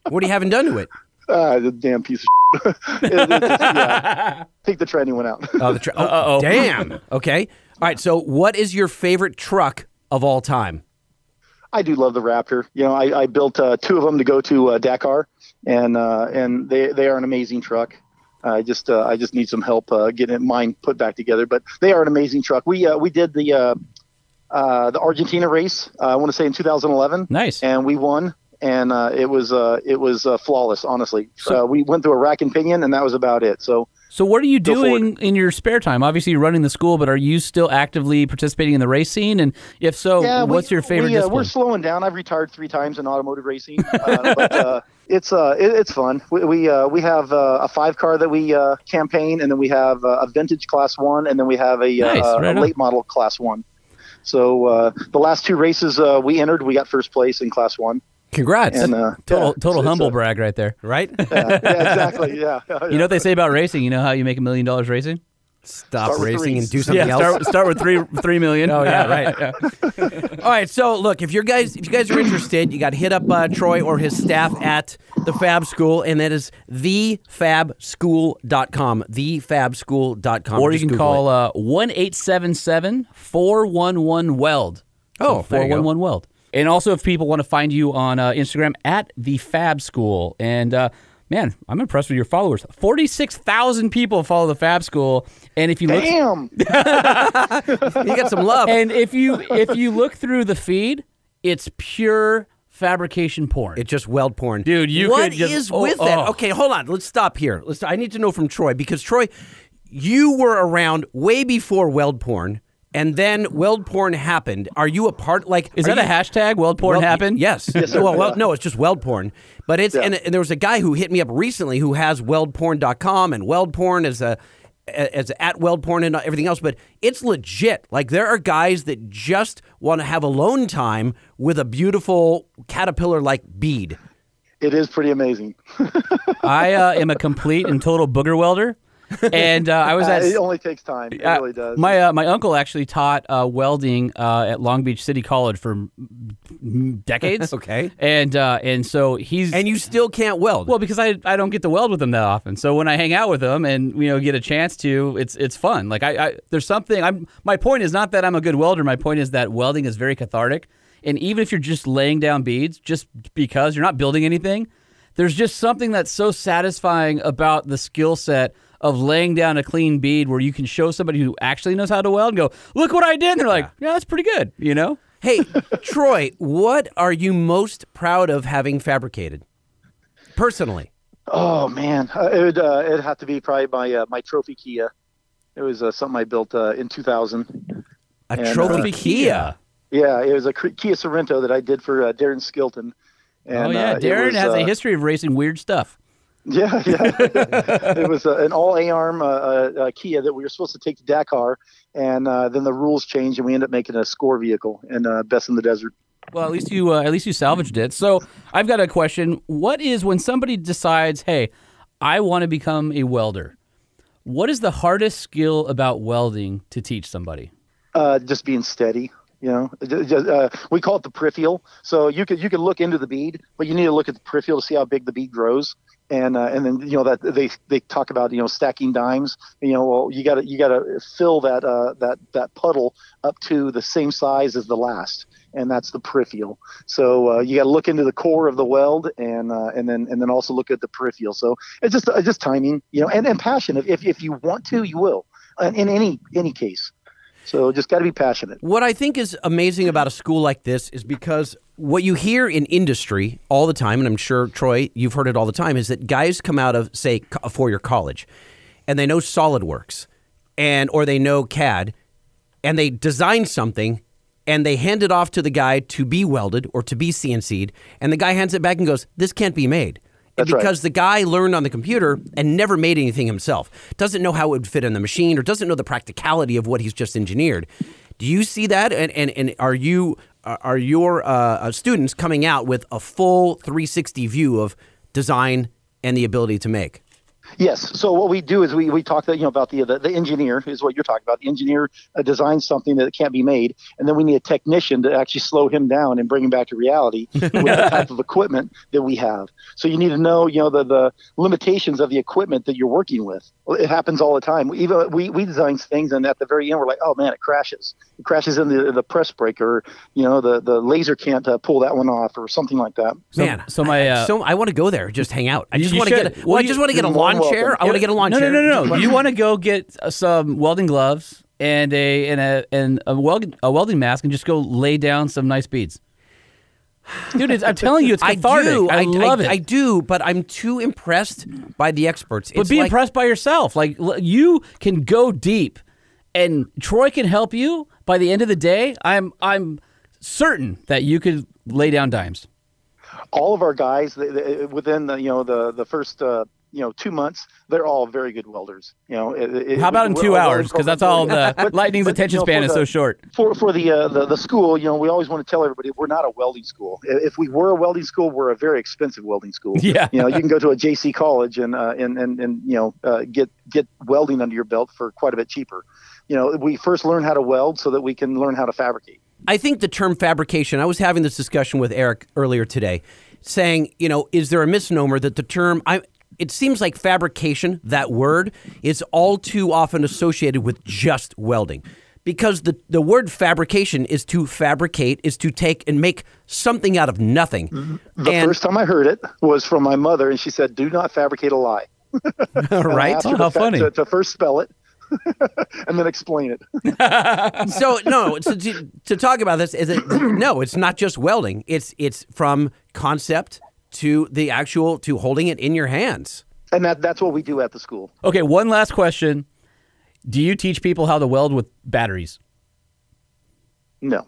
What do you haven't done to it? Ah, the damn piece of it, it just, yeah. I think the tranny went out. Oh, the truck. Oh, damn. Okay. All right. So, what is your favorite truck of all time? I do love the Raptor. You know, I, I built uh, two of them to go to uh, Dakar, and uh, and they they are an amazing truck. I just uh, I just need some help uh, getting it- mine put back together, but they are an amazing truck. We uh, we did the uh, uh, the Argentina race. Uh, I want to say in 2011, Nice. and we won, and uh, it was uh, it was uh, flawless. Honestly, uh, we went through a rack and pinion, and that was about it. So So, what are you Go for it. doing in your spare time? Obviously, you're running the school, but are you still actively participating in the race scene? And if so, we- Oh, what's your favorite we, uh, We're discipline? slowing down. I've retired three times in automotive racing, uh, but uh, it's uh, it, it's fun. We we, uh, we have uh, a five car that we uh, campaign, and then we have uh, a vintage class one, and then we have a, Nice, uh, right a on. late model class one. So uh, the last two races uh, we entered, we got first place in class one. Congrats. And uh, Total, yeah, total it's- it's humble a- brag right there. right? yeah, exactly. Yeah. You know what they say about racing? You know how you make a million dollars racing? Stop with racing threes. and do something else. start, start with three three million. Oh yeah, right. All right, so look, if you guys if you guys are interested, you got to hit up uh, Troy or his staff at the Fab School, and that is thefabschool.com, thefabschool.com. Or you Just can Google call it. uh, 1-877-411-WELD. Oh, there you go. 411-WELD. And also if people want to find you on uh, Instagram, at the Fab School. And uh, man, I'm impressed with your followers. 46,000 people follow the Fab School. And if you look... Damn. you got some love. And if you if you look through the feed, it's pure fabrication porn. It just weld porn, Dude, you What could just- is oh, with that? oh. Okay, hold on. Let's stop here. Let's. I need to know from Troy because Troy, you were around way before weld porn, and then weld porn happened. Are you a part? Like, Is are that a you- hashtag? Weld porn Well, y- happened? Yes. well, well, no, it's just weld porn. But it's and, and there was a guy who hit me up recently who has weldporn.com and weld porn is a as at weld porn and everything else, but it's legit. Like there are guys that just want to have alone time with a beautiful caterpillar like bead. It is pretty amazing. I uh, am a complete and total booger welder, and uh, I was Uh, at it only takes time. It really does. my uh, my uncle actually taught uh, welding uh, at Long Beach City College for m- m- decades. Okay. and uh, and so he's And you still can't weld. well because I, I don't get to weld with him that often. So when I hang out with him and you know get a chance to, it's it's fun. Like I, I there's something. I'm my point is not that I'm a good welder. My point is that welding is very cathartic. And even if you're just laying down beads, just because you're not building anything, there's just something that's so satisfying about the skill set of laying down a clean bead where you can show somebody who actually knows how to weld and go, look what I did. And they're like, yeah, that's pretty good. You know? hey, Troy, what are you most proud of having fabricated? Personally. Oh man, uh, it would uh, it'd have to be probably my uh, my trophy Kia. It was uh, something I built uh, in 2000. A And, trophy uh, Kia. Yeah, it was a K- Kia Sorento that I did for uh, Darren Skilton. And, oh, yeah. uh, it Darren was, has a uh, history of racing weird stuff. Yeah, yeah. it was uh, an all A arm uh, uh, uh, Kia that we were supposed to take to Dakar, and uh, then the rules changed, and we ended up making a score vehicle and uh, best in the desert. Well, at least you uh, at least you salvaged it. So I've got a question. What is when somebody decides, hey, I want to become a welder? What is the hardest skill about welding to teach somebody? Uh, just being steady. You know, It ju- ju- uh, we call it the peripheral. So you could you can look into the bead, but you need to look at the peripheral to see how big the bead grows. And uh, and then you know that they they talk about you know stacking dimes. You know, well you got to you got to fill that uh, that that puddle up to the same size as the last, and that's the peripheral. So uh, you got to look into the core of the weld, and uh, and then and then also look at the peripheral. So it's just it's just timing, you know, and, and passion. If if you want to, you will, in, in any any case. So just got to be passionate. What I think is amazing about a school like this is because what you hear in industry all the time, and I'm sure Troy, you've heard it all the time, is that guys come out of say co- a four-year college, and they know SolidWorks, and or they know CAD, and they design something, and they hand it off to the guy to be welded or to be CNC'd, and the guy hands it back and goes, "This can't be made." That's right. because the guy learned on the computer and never made anything himself. Doesn't know how it would fit in the machine or doesn't know the practicality of what he's just engineered. Do you see that? And and, and are you are are your uh, uh, students coming out with a full 360 view of design and the ability to make? Yes. So what we do is we, we talk that you know about the, the the engineer is what you're talking about. The engineer uh, designs something that can't be made, and then we need a technician to actually slow him down and bring him back to reality with the type of equipment that we have. So you need to know you know the the limitations of the equipment that you're working with. Well, It happens all the time. We Even we we design things, and at the very end, we're like, oh man, it crashes. It crashes in the the press break, or you know the the laser can't uh, pull that one off, or something like that. So- Man, so I, my, uh, so I want to go there. Just hang out. I You- just you want to should. get. A, well, Well, I you- just want to get a you're lawn welcome. chair. I want to get a lawn no, chair. No, no, no, no. you want to go get uh, some welding gloves and a and a and a, weld, a welding mask and just go lay down some nice beads. Dude, it's, I'm telling you, it's I cathartic. do. I, love it. I do, but I'm too impressed by the experts. but It's be like- impressed by yourself. Like l- you can go deep, and Troy can help you. By the end of the day, I'm I'm certain that you could lay down dimes. all of our guys they, they, within the you know the the first uh, you know two months they're all very good welders you know it, it- How about in we're two all hours? Because that's all the But- lightning's but, attention you know, span for is so the- short. for, for the, uh, the the school you know we always want to tell everybody we're not a welding school I- if we were a welding school we're a very expensive welding school Yeah. you know you can go to a JC college and uh, and, and and you know uh, get get welding under your belt for quite a bit cheaper you know we first learn how to weld so that we can learn how to fabricate I think the term fabrication, I was having this discussion with Eric earlier today, saying, you know, is there a misnomer that the term, I, it seems like fabrication, that word, is all too often associated with just welding. Because the, the word fabrication is to fabricate, is to take and make something out of nothing. the and, first time I heard it was from my mother and she said do not fabricate a lie And I right? asked her Oh, how to, fa- funny. To, to first spell it and then explain it. so no so to, to talk about this is it no it's not just welding it's it's from concept to the actual to holding it in your hands And that, that's what we do at the school. Okay, one last question. Do you teach people how to weld with batteries? No.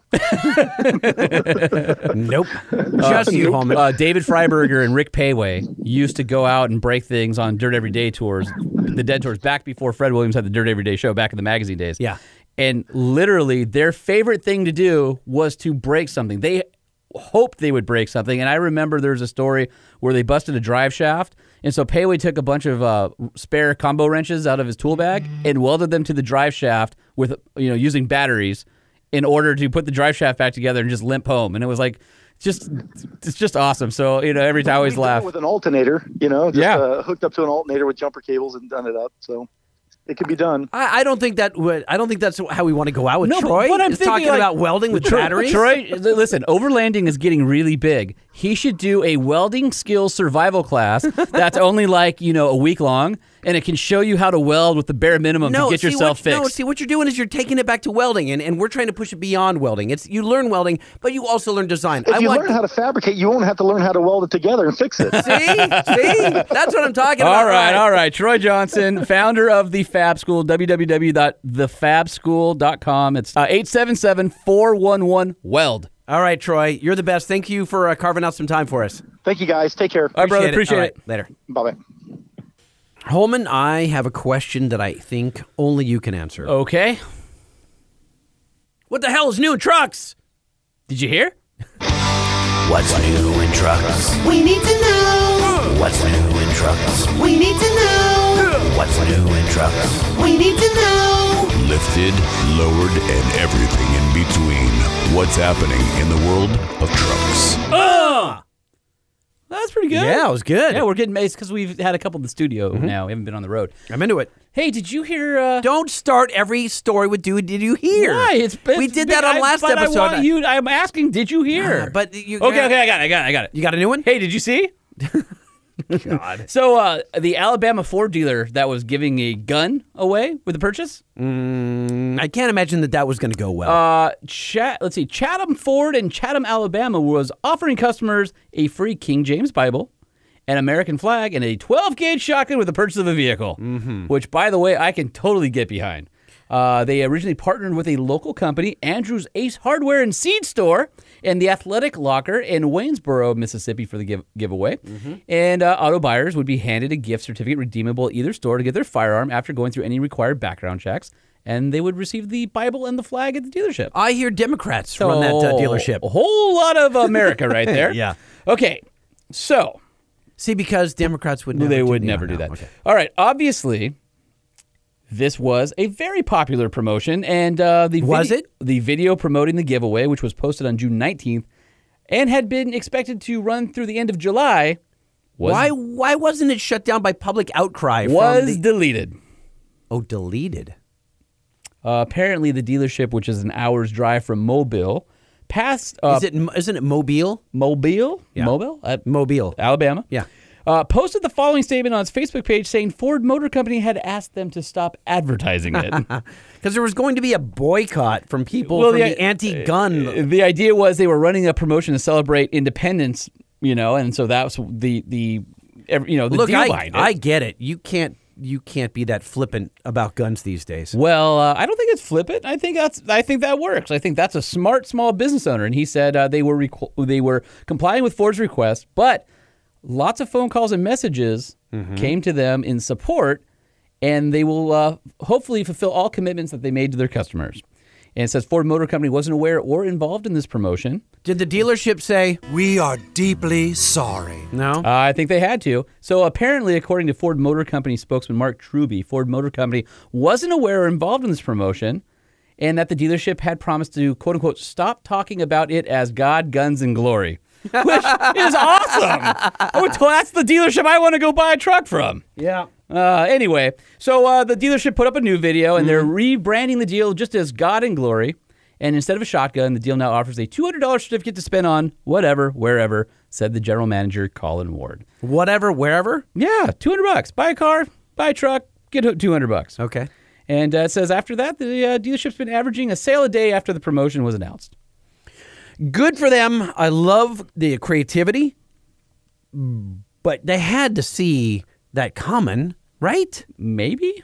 nope just you Holman. Uh, David Freiberger and Rick Payway used to go out and break things on Dirt Everyday tours, the Dead Tours, back before Fred Williams had the Dirt Everyday show, back in the magazine days. Yeah. And literally, their favorite thing to do was to break something. They hoped they would break something. And I remember there was a story where they busted a drive shaft. And so Payway took a bunch of uh, spare combo wrenches out of his tool bag and welded them to the drive shaft with, you know, using batteries in order to put the drive shaft back together and just limp home. And it was like, just, it's just awesome. So, you know, every time I always We did it laugh. With an alternator, you know, just Yeah. uh, hooked up to an alternator with jumper cables and done it up. So it can be done. I, I don't think that would i don't think that's how we want to go out with No, but troy what I'm is thinking, talking like- about welding with Troy- batteries Troy, li- listen, overlanding is getting really big. He should do a welding skills survival class that's only like, you know, a week long, and it can show you how to weld with the bare minimum no, to get see yourself what, no, fixed. see what you're doing is you're taking it back to welding, and, and we're trying to push it beyond welding. It's you learn welding, but you also learn design. If I you want, learn how to fabricate, you won't have to learn how to weld it together and fix it. see, see, that's what I'm talking about. all right, Ryan. all right. Troy Johnson, founder of the Fab School, www.thefabschool.com. It's uh, 877 411 WELD. all right, Troy, you're the best. Thank you for uh, carving out some time for us. Thank you guys. Take care. All right, brother. Appreciate All it. right, later. Bye bye. Holman, I have a question that I think only you can answer. Okay. What the hell is new in trucks? Did you hear? What's new in trucks? We need to know. What's new in trucks? We need to know. What's new in trucks? We need to know. Lifted, lowered, and everything in between. what's happening in the world of trucks. That's pretty good. Mm-hmm. Yeah, it was Uh! good. Yeah, we're getting mates because we've had a couple in the studio now. We haven't been on the road. I'm into it. Hey, did you hear? Uh, Don't start every story with "Dude, did you hear?" Why? It's, it's we did big- that on I- last but episode. I want you, I'm asking, did you hear? Ah, but you- okay, okay, I got it, I got it, I got it. You got a new one? Hey, did you see? God. So uh, the Alabama Ford dealer that was giving a gun away with the purchase. Mm, I can't imagine that that was going to go well. Uh, Chat. Let's see. Chatham Ford in Chatham, Alabama, was offering customers a free King James Bible, an American flag, and a 12 gauge shotgun with the purchase of a vehicle. Mm-hmm. Which, by the way, I can totally get behind. Uh, they originally partnered with a local company, Andrew's Ace Hardware and Seed Store, and the Athletic Locker in Waynesboro, Mississippi, for the give- giveaway. And uh, auto buyers would be handed a gift certificate redeemable at either store to get their firearm after going through any required background checks. And they would receive the Bible and the flag at the dealership. I hear Democrats run that uh, So, dealership. A whole lot of America right there. Yeah. Okay. So See, because Democrats would never they do would the- never no, do that. okay. All right. Obviously, this was a very popular promotion, and uh, the Was vide- it? the video promoting the giveaway, which was posted on June nineteenth, and had been expected to run through the end of July, was Why? Why wasn't it shut down by public outcry? from was the- deleted. oh deleted? Uh, apparently, the dealership, which is an hour's drive from Mobile, passed uh, Is it? Isn't it Mobile? Mobile, Mobile, Uh, Mobile. Alabama. Yeah. Uh, posted the following statement on its Facebook page saying Ford Motor Company had asked them to stop advertising it. Because there was going to be a boycott from people Well, from the- uh, the anti-gun. the idea was they were running a promotion to celebrate independence, you know, and so that was the the every- you know the Look, deal I, behind it. I get it. You can't. You can't be that flippant about guns these days. well, uh, I don't think it's flippant. I think that's I think that works. I think that's a smart small business owner. And he said uh, they were requ- they were complying with Ford's request, but lots of phone calls and messages came to them in support, and they will uh, hopefully fulfill all commitments that they made to their customers. And it says Ford Motor Company wasn't aware or involved in this promotion. Did the dealership say We are deeply sorry. no? Uh, I think they had to. So apparently, according to Ford Motor Company spokesman Mark Truby, Ford Motor Company wasn't aware or involved in this promotion, and that the dealership had promised to "quote unquote" stop talking about it as God, guns, and glory, which is awesome. I would tell- that's the dealership I want to go buy a truck from. yeah. Uh, anyway, so uh, the dealership put up a new video, and they're Mm-hmm. rebranding the deal just as God and Glory. And instead of a shotgun, the deal now offers a $200 certificate to spend on whatever, wherever, said the general manager Colin Ward. Whatever, wherever. Yeah, 200 bucks. Buy a car, buy a truck, get 200 bucks. Okay. And uh, it says after that, the uh, dealership's been averaging a sale a day after the promotion was announced. Good for them. I love the creativity, but they had to see that coming, right? Maybe?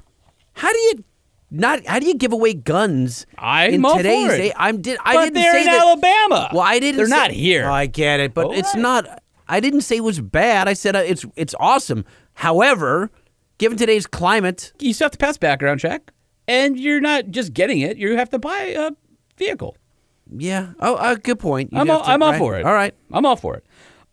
How do you not? How do you give away guns? I'm in all for today's it. day? I'm did. I But didn't they're say in that- Alabama. Well, I didn't. They're say- not here. I get it, but All it's right. not. I didn't say it was bad. I said uh, it's it's awesome. However, given today's climate, You still have to pass background check, and you're not just getting it, you have to buy a vehicle. yeah. Oh, uh, good point. You I'm, have all, to- I'm all right. for it. All right. I'm all for it.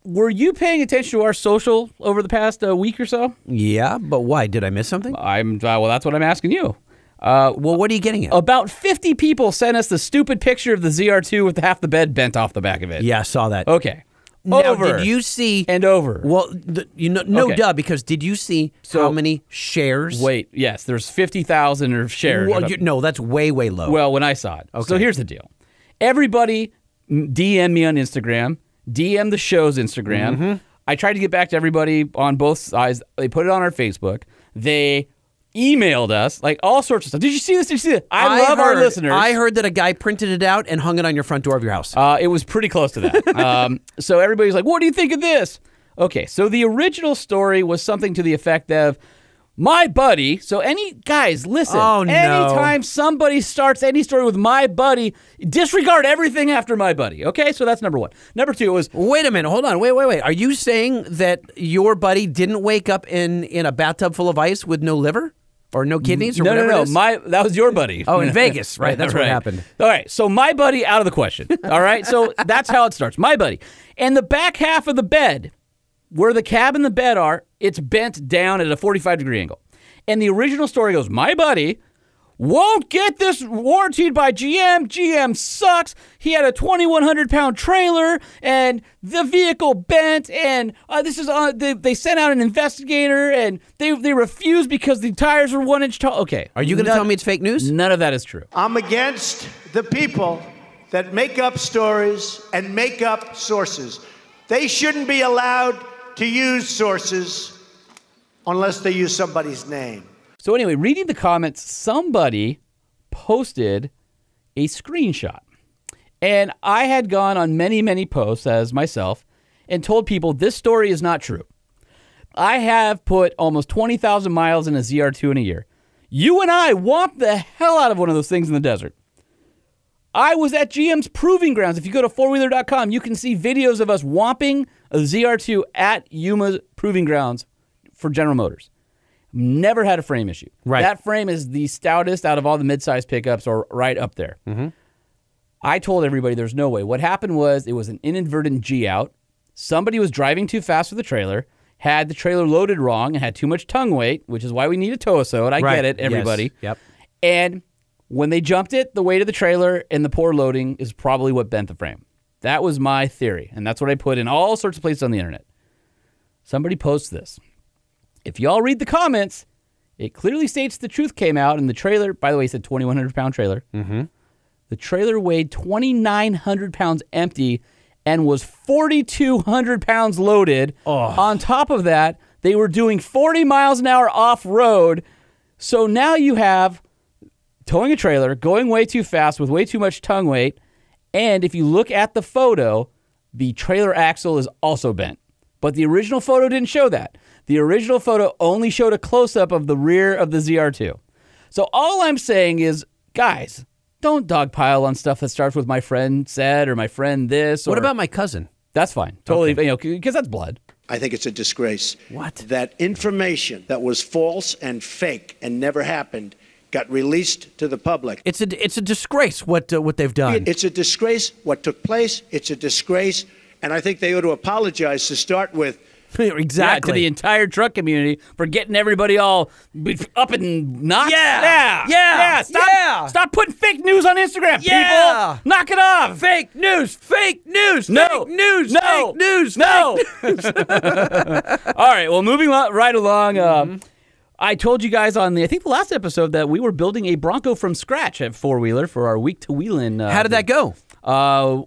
Were you paying attention to our social over the past uh, week or so? Yeah, but why did I miss something? I'm uh, well. That's what I'm asking you. Uh, well, what are you getting at? About 50 people sent us the stupid picture of the ZR2 with half the bed bent off the back of it. yeah, I saw that. Okay. Now, over. did you see? and over. Well, the, you know, no Okay. duh, because did you see how many shares? Wait. Yes. There's 50,000 or shares. Well, you, no, that's way way low. Well, when I saw it. So here's the deal. Everybody m- DM me on Instagram, DM the show's Instagram. Mm-hmm. I tried to get back to everybody on both sides. They put it on our Facebook. They emailed us, like all sorts of stuff. Did you see this? Did you see this? I, love our heard- listeners. I heard that a guy printed it out and hung it on your front door of your house. Uh, it was pretty close to that. um, so everybody's like, "What do you think of this?" Okay, so the original story was something to the effect of, "My buddy." So any guys, listen. Oh, no. Anytime somebody starts any story with "my buddy," disregard everything after "my buddy." Okay, so that's number one. Number two was wait a minute. Hold on. Wait, wait, wait. Are you saying that your buddy didn't wake up in in a bathtub full of ice with no liver or no kidneys or no, no, whatever? it no. is? My that was your buddy. Oh, in Vegas, right, that's what happened. All right, so my buddy out of the question. All right, so that's how it starts. My buddy, and the back half of the bed, where the cab and the bed are, it's bent down at a forty-five degree angle. And the original story goes, my buddy won't get this warranted by GM. GM sucks. He had a 2,100 pound trailer and the vehicle bent. And uh, this is on. They, they sent out an investigator and they they refused because the tires were one inch tall. Okay, Are you going to None- tell me it's fake news? None of that is true. I'm against the people that make up stories and make up sources. They shouldn't be allowed to use sources unless they use somebody's name. So anyway, reading the comments, somebody posted a screenshot. And I had gone on many, many posts as myself and told people this story is not true. I have put almost 20,000 miles in a ZR2 in a year. You and I want the hell out of one of those things in the desert. I was at GM's proving grounds. If you go to fourwheeler.com, you can see videos of us whopping a ZR2 at Yuma's proving grounds for General Motors. Never had a frame issue. Right. That frame is the stoutest out of all the midsize pickups, or right up there. Mm-hmm. I told everybody there's no way. What happened was it was an inadvertent G out. Somebody was driving too fast with the trailer, had the trailer loaded wrong, and had too much tongue weight, which is why we need a tow sode. I Right. get it, Yes. everybody. Yep. And when they jumped it, the weight of the trailer and the poor loading is probably what bent the frame. That was my theory, and that's what I put in all sorts of places on the internet. Somebody posts this. If y'all read the comments, it clearly states the truth came out, and the trailer, by the way, he said 2,100 pound trailer. The trailer weighed 2,900 pounds empty and was 4,200 pounds loaded. On top of that, they were doing 40 miles an hour off road. So now you have towing a trailer, going way too fast with way too much tongue weight. And if you look at the photo, the trailer axle is also bent. But the original photo didn't show that. The original photo only showed a close up of the rear of the ZR2. So all I'm saying is, guys, don't dogpile on stuff that starts with my friend said or my friend this. Or, What about my cousin? That's fine. Totally. You know, because that's blood. I think it's a disgrace. What? That information that was false and fake and never happened got released to the public. It's a it's a disgrace what uh, what they've done. It's a disgrace what took place. It's a disgrace. And I think they ought to apologize to start with. exactly. Yeah, to the entire truck community for getting everybody all b- up and knocked. Yeah. Yeah. Yeah. Stop, Yeah. stop putting fake news on Instagram, Yeah. people. Knock it off. fake news, fake news, No. fake news, No. fake news. No. all right. Well, moving lo- right along. Um, Mm-hmm. I told you guys on the I think the last episode that we were building a Bronco from scratch at Four Wheeler for our week to wheeling. Uh, How did that go? Uh,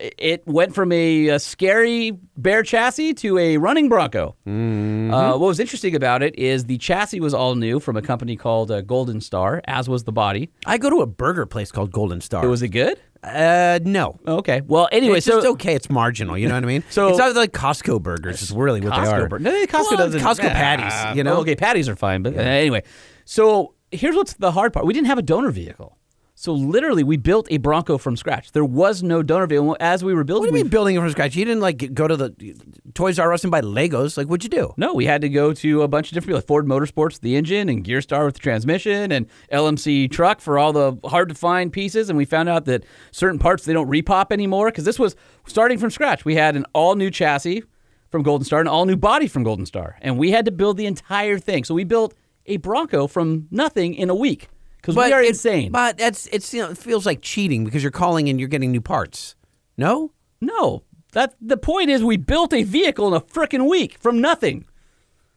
it went from a, uh scary bear chassis to a running Bronco. Mm-hmm. Uh, what was interesting about it is the chassis was all new from a company called uh, Golden Star, as was the body. I go to a burger place called Golden Star. Was it good? uh, no. Okay. Well, anyway, it's so just okay. It's marginal. You know what I mean? So- it's not like Costco burgers. Is really what they are. Costco. bur- No, Costco Well, doesn't. Costco Yeah. patties. You know? Oh, okay, patties are fine. But uh, anyway, so here's what's the hard part: we didn't have a donor vehicle. So literally, we built a Bronco from scratch. There was no donor vehicle as we were building. What do we- you mean building it from scratch? You didn't like go to the Toys R Us and buy Legos. Like, what'd you do? No, we had to go to a bunch of different people, like Ford Motorsports, the engine, and Gearstar with the transmission, and LMC truck for all the hard to find pieces. And we found out that certain parts they don't repop anymore because this was starting from scratch. We had an all new chassis from Golden Star, an all new body from Golden Star, and we had to build the entire thing. So we built a Bronco from nothing in a week because we are it- insane. But that's it's you know it feels like cheating because you're calling and you're getting new parts. No, no, that the point is we built a vehicle in a frickin' week from nothing.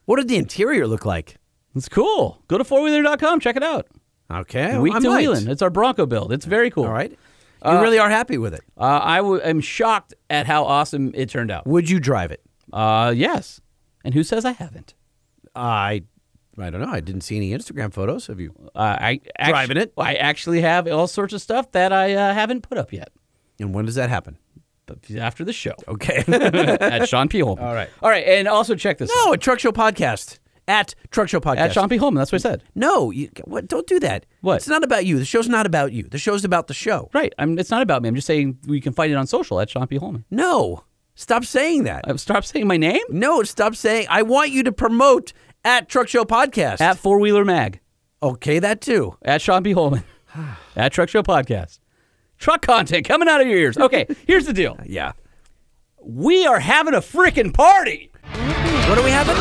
what did the interior look like? It's cool. Go to fourwheeler.com, check it out. Okay, Week I to might. Wheeling. It's our Bronco build. It's very cool. All right, you really are happy with it. Uh, I w- am shocked at how awesome it turned out. Would you drive it? Uh, yes. And who says I haven't? I, I don't know. I didn't see any Instagram photos of you. Uh, I actu- Driving it. I actually have all sorts of stuff that I uh, haven't put up yet. And when does that happen? But after the show Okay. at Sean P. Holman. All right. All right. And also check this out. no, a truck show podcast at truck show podcast. At Sean P. Holman. That's what I said. no, you, what? Don't do that. What? It's not about you. The show's not about you. The show's about the show. Right. I'm, it's not about me. I'm just saying we can find it on social at Sean P. Holman. No, stop saying that. Uh, Stop saying my name No, stop saying. I want you to promote at Truck Show Podcast. at Four Wheeler Mag. okay, that too. at Sean B. Holman, at Truck Show Podcast. Truck content coming out of your ears. Okay, here's the deal. Uh, Yeah. We are having a freaking party. What do we have? in-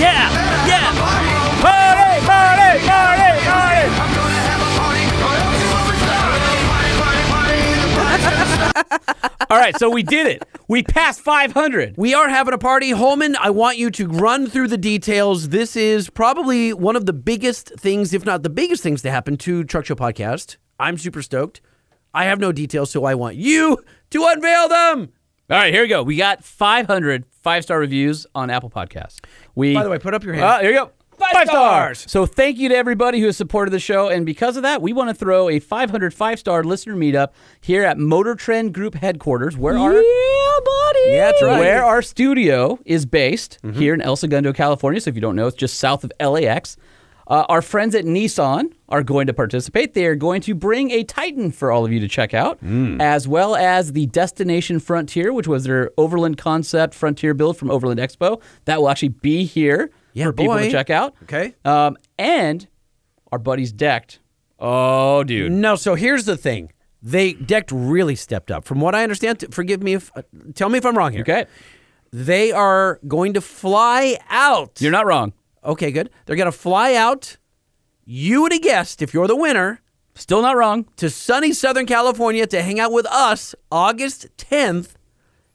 Yeah, yeah. Party, right, so we did it. We passed 500. We are having a party. Holman, I want you to run through the details. This is probably one of the biggest things, if not the biggest things, to happen to Truck Show Podcast. I'm super stoked. I have no details, so I want you to unveil them. All right, here we go. We got 500 five star reviews on Apple Podcasts. We, By the way, put up your hand. Ah, here you go. Five stars. So thank you to everybody who has supported the show. And because of that, we want to throw a 500 five star listener meetup here at Motor Trend Group headquarters, where our buddy, Yeah, that's right. where our studio is based Mm-hmm. here in El Segundo, California. So if you don't know, it's just south of LAX. Uh, our friends at Nissan are going to participate. They are going to bring a Titan for all of you to check out, Mm. as well as the Destination Frontier, which was their Overland concept frontier build from Overland Expo. That will actually be here Yeah, for people boy. to check out. Okay. Um, and our buddies decked. Oh, dude. No, so here's the thing. They decked really stepped up. From what I understand, t- forgive me if uh, tell me if I'm wrong here. Okay. They are going to fly out. You're not wrong. Okay, good. They're going to fly out. You would have guessed if you're the winner Still not wrong. to sunny Southern California to hang out with us August 10th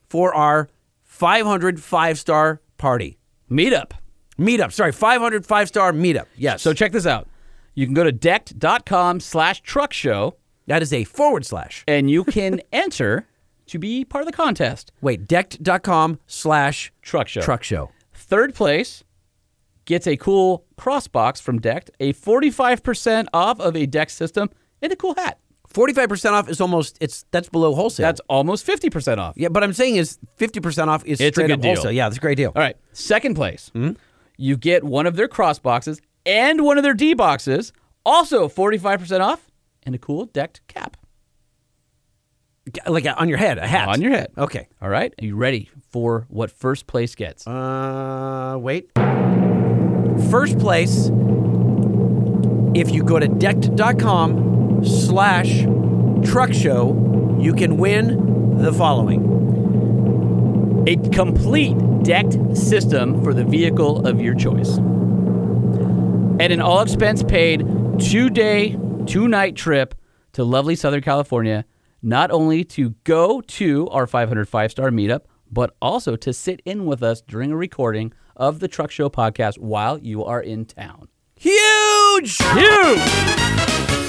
for our 500 five star party Meetup. meetup. Sorry, 500 five star meetup. Yes. So check this out. You can go to decked.com slash truck show that is a forward slash. and you can enter to be part of the contest. Wait, decked.com slash Truck show. truck show. Third place gets a cool cross box from Decked, a 45% off of a deck system, and a cool hat. 45% off is almost it's that's below wholesale. That's almost 50% off. yeah, but I'm saying is 50% off is It's a straight good up deal. wholesale. Yeah, that's a great deal. All right. Second place, you get one of their cross boxes and one of their D boxes, also 45% off, and a cool decked cap Like uh, on your head, a hat. on your head. Okay. All right. Are you ready for what first place gets? Uh, wait. First place, if you go to decked.com slash truck show, you can win the following. a complete decked system for the vehicle of your choice. And an all expense paid two day, two night trip to lovely Southern California, not only to go to our 500 five star meetup, but also to sit in with us during a recording of the Truck Show podcast while you are in town. Huge! Huge!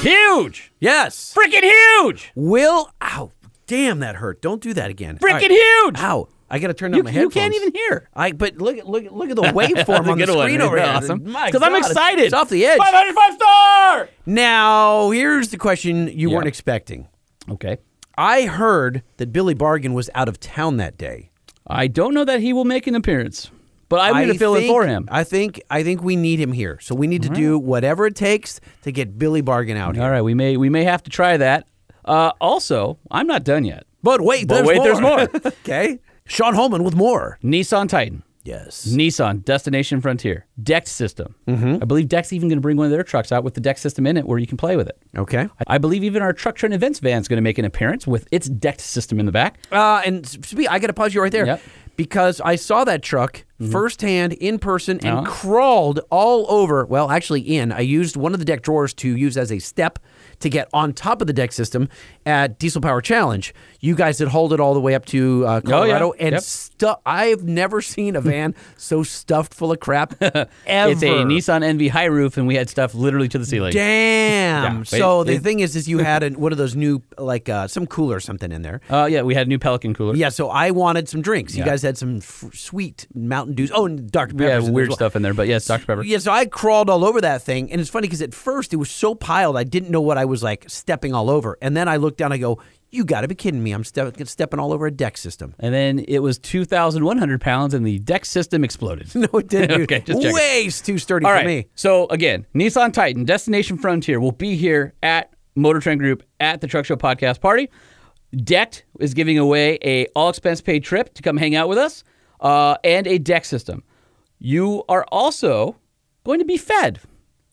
Huge! Yes. Freaking huge! Will, ow, damn, that hurt. Don't do that again. All Freaking right. huge! Ow. I got to turn down You, my you headphones. can't even hear. I but look at look at look at the waveform on the Good one. screen over here. Awesome. My Because I'm God, it's- excited. It's off the edge. 505 star! Now here's the question you Yeah. weren't expecting. Okay. I heard that Billy Bargan was out of town that day. I don't know that he will make an appearance, but I'm going I to fill in think- for him. I think I think we need him here. So we need to do whatever it takes to get Billy Bargan out here. All right, we may we may have to try that. Uh, also, I'm not done yet. But wait, But there's wait, more. there's more. okay. Sean Holman with more. Nissan Titan, Yes. Mm-hmm. Nissan Destination Frontier, Dex system. I believe Dex even going to bring one of their trucks out with the Dex system in it, where you can play with it. Okay. I- I believe even our Truck Trend Events van is going to make an appearance with its Dex system in the back. Uh, and spe- I got to pause you right there Yep. Mm-hmm. because I saw that truck firsthand in person and Uh-huh. crawled all over. Well, actually, in I used one of the deck drawers to use as a step to get on top of the deck system at Diesel Power Challenge. You guys had hauled it all the way up to uh, Colorado, and Oh, Yep. stu- I've never seen a van so stuffed full of crap ever. It's a Nissan Envy high roof, and we had stuff literally to the ceiling. Damn. Yeah, but so the it- thing is, is you had an, one of those new, like uh, some cooler or something in there. Uh, yeah, we had a new Pelican cooler. Yeah, so I wanted some drinks. You Yeah. guys had some f- sweet Mountain Dews. Oh, and Dr. Peppers. we had in there weird as well. stuff in there, but yes, Dr Pepper. Yeah, so I crawled all over that thing, and it's funny because at first it was so piled, I didn't know what I was like stepping all over, and then I looked down, I go, "You got to be kidding me! I'm step- stepping all over a deck system." And then it was 2,100 pounds, and the deck system exploded. No, it didn't. Okay, dude. just checking. Way too sturdy All for right. me. So again, Nissan Titan, Destination Frontier will be here at Motor Trend Group at the Truck Show Podcast Party. Decked is giving away a all expense paid trip to come hang out with us, uh, and a deck system. You are also going to be fed.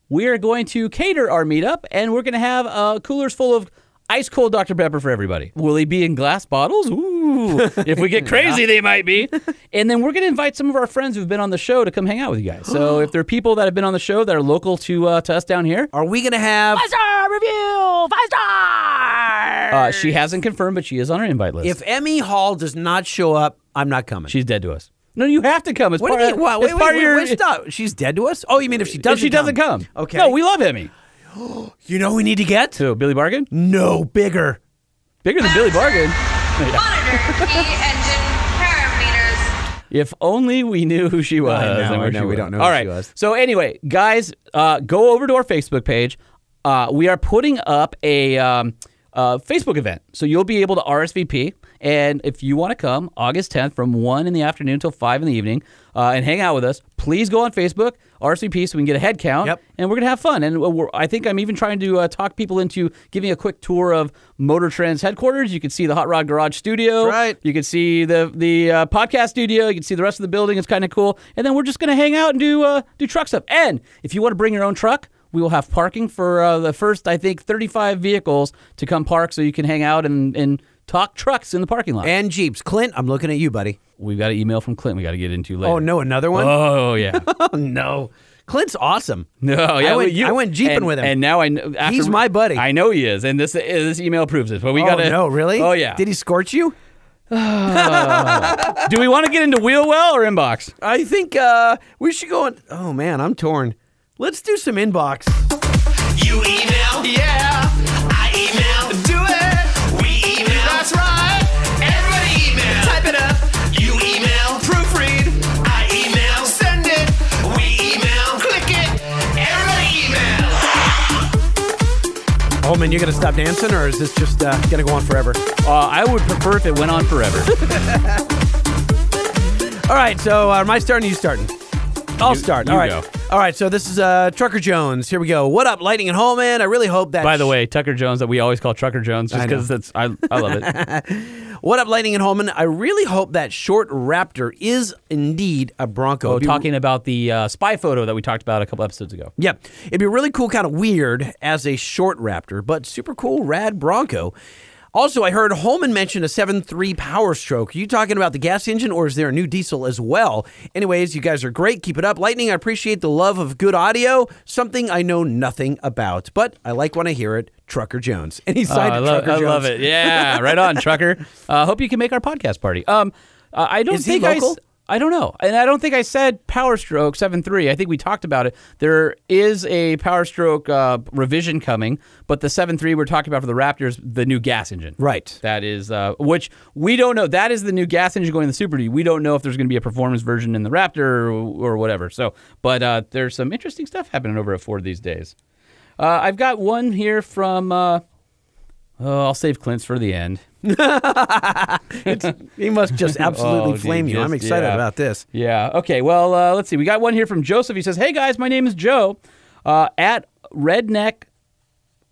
We are going to cater our meetup, and we're going to have uh, coolers full of ice cold Dr Pepper for everybody. Will they be in glass bottles? Ooh! if we get crazy, they might be. And then we're going to invite some of our friends who've been on the show to come hang out with you guys. So if there are people that have been on the show that are local to uh, to us down here, Are we gonna have? five star review, five star. Uh, she hasn't confirmed, but she is on our invite list. If Emmy Hall does not show up, I'm not coming. She's dead to us. No, you have to come. It's What part do you mean? of- What, wait, it's wait, part wait, of your- wait, stop. She's dead to us? Oh, you mean if she doesn't if she doesn't come. Okay. No, we love Emmy. You know who we need to get? Who, Billy Bargan? No, bigger. Bigger than Billy Bargan. Monitor P engine parameters. If only we knew who she was. know, and I where know, she we was. don't know All who right. she was. So anyway, guys, uh, go over to our Facebook page. Uh, we are putting up a um, uh, Facebook event, so you'll be able to RSVP. And if you want to come August 10th from 1 in the afternoon till 5 in the evening uh, and hang out with us, please go on Facebook, RSVP, so we can get a head count. Yep. And we're going to have fun. And we're, I think I'm even trying to uh, talk people into giving a quick tour of Motor Trends headquarters. You can see the Hot Rod Garage studio. That's right. You can see the the uh, podcast studio. You can see the rest of the building. It's kind of cool. And then we're just gonna hang out and do uh, do truck stuff. And if you want to bring your own truck, we will have parking for uh, the first I think 35 vehicles to come park, so you can hang out and and talk trucks in the parking lot. And Jeeps. Clint, I'm looking at you, buddy. We've got an email from Clint. We got to get into later. Oh, no, another one? Oh yeah. Oh, no. Clint's awesome. No, yeah, I went, well, you, I went Jeeping and- with him. and now I know after, He's my buddy. I know he is, and this this email proves it. But we oh, got to no, really? Oh yeah. Did he scorch you? uh, do we want to get into wheel well or inbox? I think uh, we should go on. Oh, man, I'm torn. Let's do some inbox. You email, yeah. I email, do it. We email, that's right. Everybody email, type it up. You email, proofread. I email, send it. We email, click it. Everybody email. Oh, man, you're going to stop dancing, or is this just uh, going to go on forever? Uh, I would prefer if it went on forever. All right, so uh, am I starting? or You starting? I'll You- start. you All right. go. All right. So this is uh, Trucker Jones. Here we go. What up, Lightning and Holman? I really hope that. By the way, Tucker Jones that we always call Trucker Jones just I know. because that's I, I love it. what up, Lightning and Holman? I really hope that short Raptor is indeed a Bronco. oh, It'd be- talking about the uh, spy photo that we talked about a couple episodes ago. Yeah, it'd be really cool, kind of weird as a short Raptor, but super cool, rad Bronco. Also, I heard Holman mention a 7.3 Power Stroke. Are you talking about the gas engine, or is there a new diesel as well? Anyways, you guys are great. Keep it up. Lightning, I appreciate the love of good audio, something I know nothing about, but I like when I hear it. Trucker Jones. And he Oh, signed I, it, lo- Trucker I Jones. love it. Yeah, right on, Trucker. Uh, hope you can make our podcast party. Um, uh, I don't Is he think I s- local? I don't know, and I don't think I said Power Stroke seven three. I think we talked about it. There is a Power Stroke uh, revision coming, but the seven three we're talking about for the Raptors, the new gas engine, Right. That is uh, which we don't know. That is the new gas engine going in the Super D. We don't know if there's going to be a performance version in the Raptor or, or whatever. So, but uh, there's some interesting stuff happening over at Ford these days. Uh, I've got one here from. Uh, oh, I'll save Clint's for the end. He must just absolutely Oh, flame dude, you. I'm just- excited yeah. about this. Yeah. Okay. Well, uh, let's see. We got one here from Joseph. He says, "Hey guys, my name is Joe. Uh, at redneck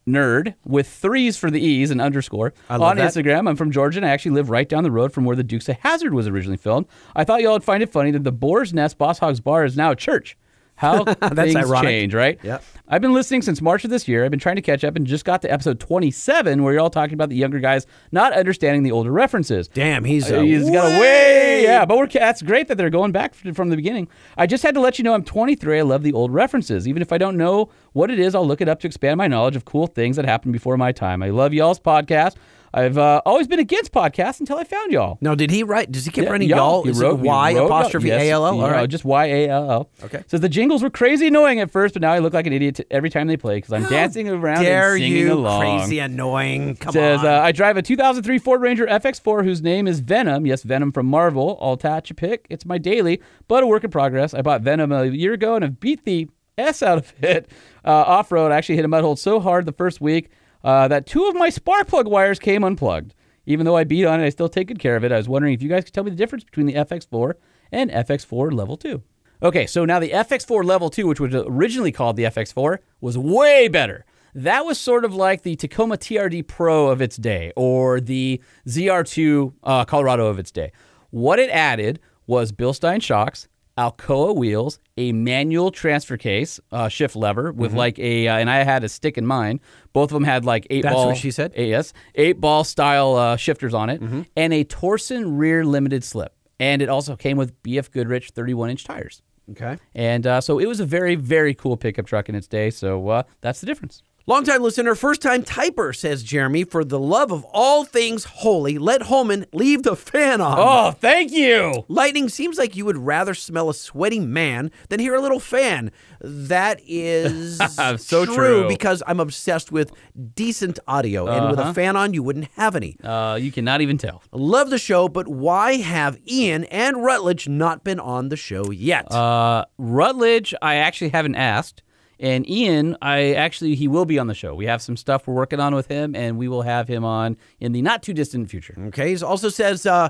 nerd with threes for the e's and underscore love on that. Instagram. I'm from Georgia and I actually live right down the road from where the Dukes of Hazard was originally filmed. I thought y'all would find it funny that the Boar's Nest Boss Hogs Bar is now a church. How things ironic. change, right? Yep. I've been listening since March of this year. I've been trying to catch up and just got to episode 27 where you're all talking about the younger guys not understanding the older references. Damn, he's Uh, a he's got a way. Yeah, but we're, that's great that they're going back f- from the beginning. I just had to let you know I'm 23. I love the old references. Even if I don't know what it is, I'll look it up to expand my knowledge of cool things that happened before my time. I love y'all's podcast. I've uh, always been against podcasts until I found y'all. No, did he write? Does he keep Yeah, writing y'all. y'all? Is You wrote it Y you wrote apostrophe y'all. Yes, A L L? you All know, right. Just Y A L L. Okay. Says the jingles were crazy annoying at first, but now I look like an idiot t- every time they play because I'm dancing around Dare and singing you, along. crazy annoying. Come Says on. uh, I drive a 2003 Ford Ranger FX4 whose name is Venom. Yes, Venom from Marvel. I'll attach a pic. It's my daily, but a work in progress. I bought Venom a year ago and have beat the s out of it uh, off road. I actually hit a mud hole so hard the first week uh, that two of my spark plug wires came unplugged. Even though I beat on it, I still take good care of it. I was wondering if you guys could tell me the difference between the FX4 and FX4 Level 2. Okay, so now the FX4 Level 2, which was originally called the FX4, was way better. That was sort of like the Tacoma TRD Pro of its day or the ZR2 uh, Colorado of its day. What it added was Bilstein shocks, Alcoa wheels, a manual transfer case, uh, shift lever Mm-hmm. with like a, uh, and I had a stick in mine. Both of them had like eight That's ball. what she said? Mm-hmm. Yes, eight ball style uh, shifters on it, and a Torsen rear limited slip. And it also came with BF Goodrich 31 inch tires. okay. And uh, so it was a very, very cool pickup truck in its day. So uh, that's the difference. Longtime listener, first time typer, says Jeremy. For the love of all things holy, let Holman leave the fan on. Oh, thank you. Lightning seems like you would rather smell a sweaty man than hear a little fan. That is So true. because I'm obsessed with decent audio, and with a Uh-huh. fan on, you wouldn't have any. Uh, you cannot even tell. Love the show, but why have Ian and Rutledge not been on the show yet? Uh, Rutledge, I actually haven't asked. And Ian, I actually, he will be on the show. We have some stuff we're working on with him, and we will have him on in the not too distant future. Okay. He also says uh,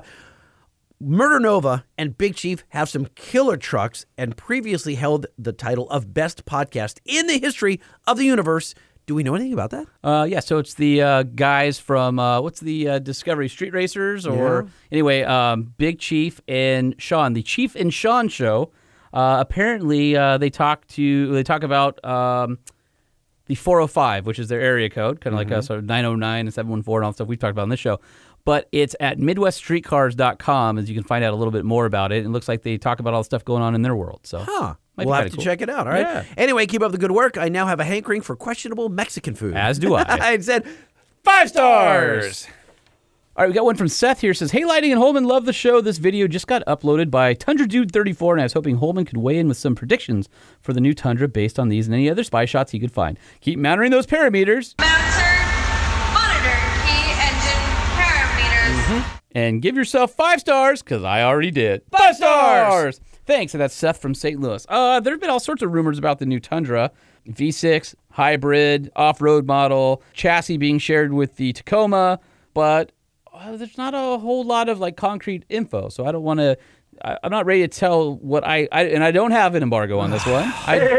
Murder Nova and Big Chief have some killer trucks and previously held the title of best podcast in the history of the universe. Do we know anything about that? Uh, yeah, so it's the uh, guys from uh, what's the uh, Discovery Street Racers or Yeah. anyway, um, Big Chief and Sean, the Chief and Sean show. Uh, apparently, uh, they talk to they talk about um, the 405, which is their area code, kind of Mm-hmm. like us, so 909 and 714 and all the stuff we've talked about on this show. But it's at MidwestStreetCars.com, as you can find out a little bit more about it. It looks like they talk about all the stuff going on in their world. So, Huh. Might be we'll have kinda to cool. check it out. All right. Yeah. Anyway, keep up the good work. I now have a hankering for questionable Mexican food. As do I. I said five stars. All right, we got one from Seth here. Says, "Hey, Lighting and Holman, love the show. This video just got uploaded by Tundra Dude 34, and I was hoping Holman could weigh in with some predictions for the new Tundra based on these and any other spy shots he could find. Keep mounting those parameters Mounter, monitor, key engine parameters. Mm-hmm. and give yourself five stars, because I already did. Five stars. Thanks, and that's Seth from St. Louis. Uh, there have been all sorts of rumors about the new Tundra V6 hybrid off-road model chassis being shared with the Tacoma, but uh, there's not a whole lot of like concrete info, so I don't want to. I'm not ready to tell what I, I and I don't have an embargo on this one. I,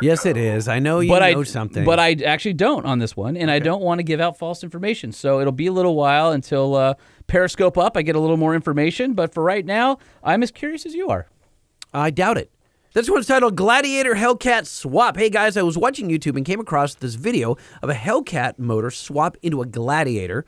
Yes, it is. I know Oh, you but know I something. but I actually don't on this one, and I don't want to give out false information. So it'll be a little while until uh, Periscope up. I get a little more information, but for right now, I'm as curious as you are. I doubt it. This one's titled Gladiator Hellcat Swap. Hey guys, I was watching YouTube and came across this video of a Hellcat motor swap into a Gladiator.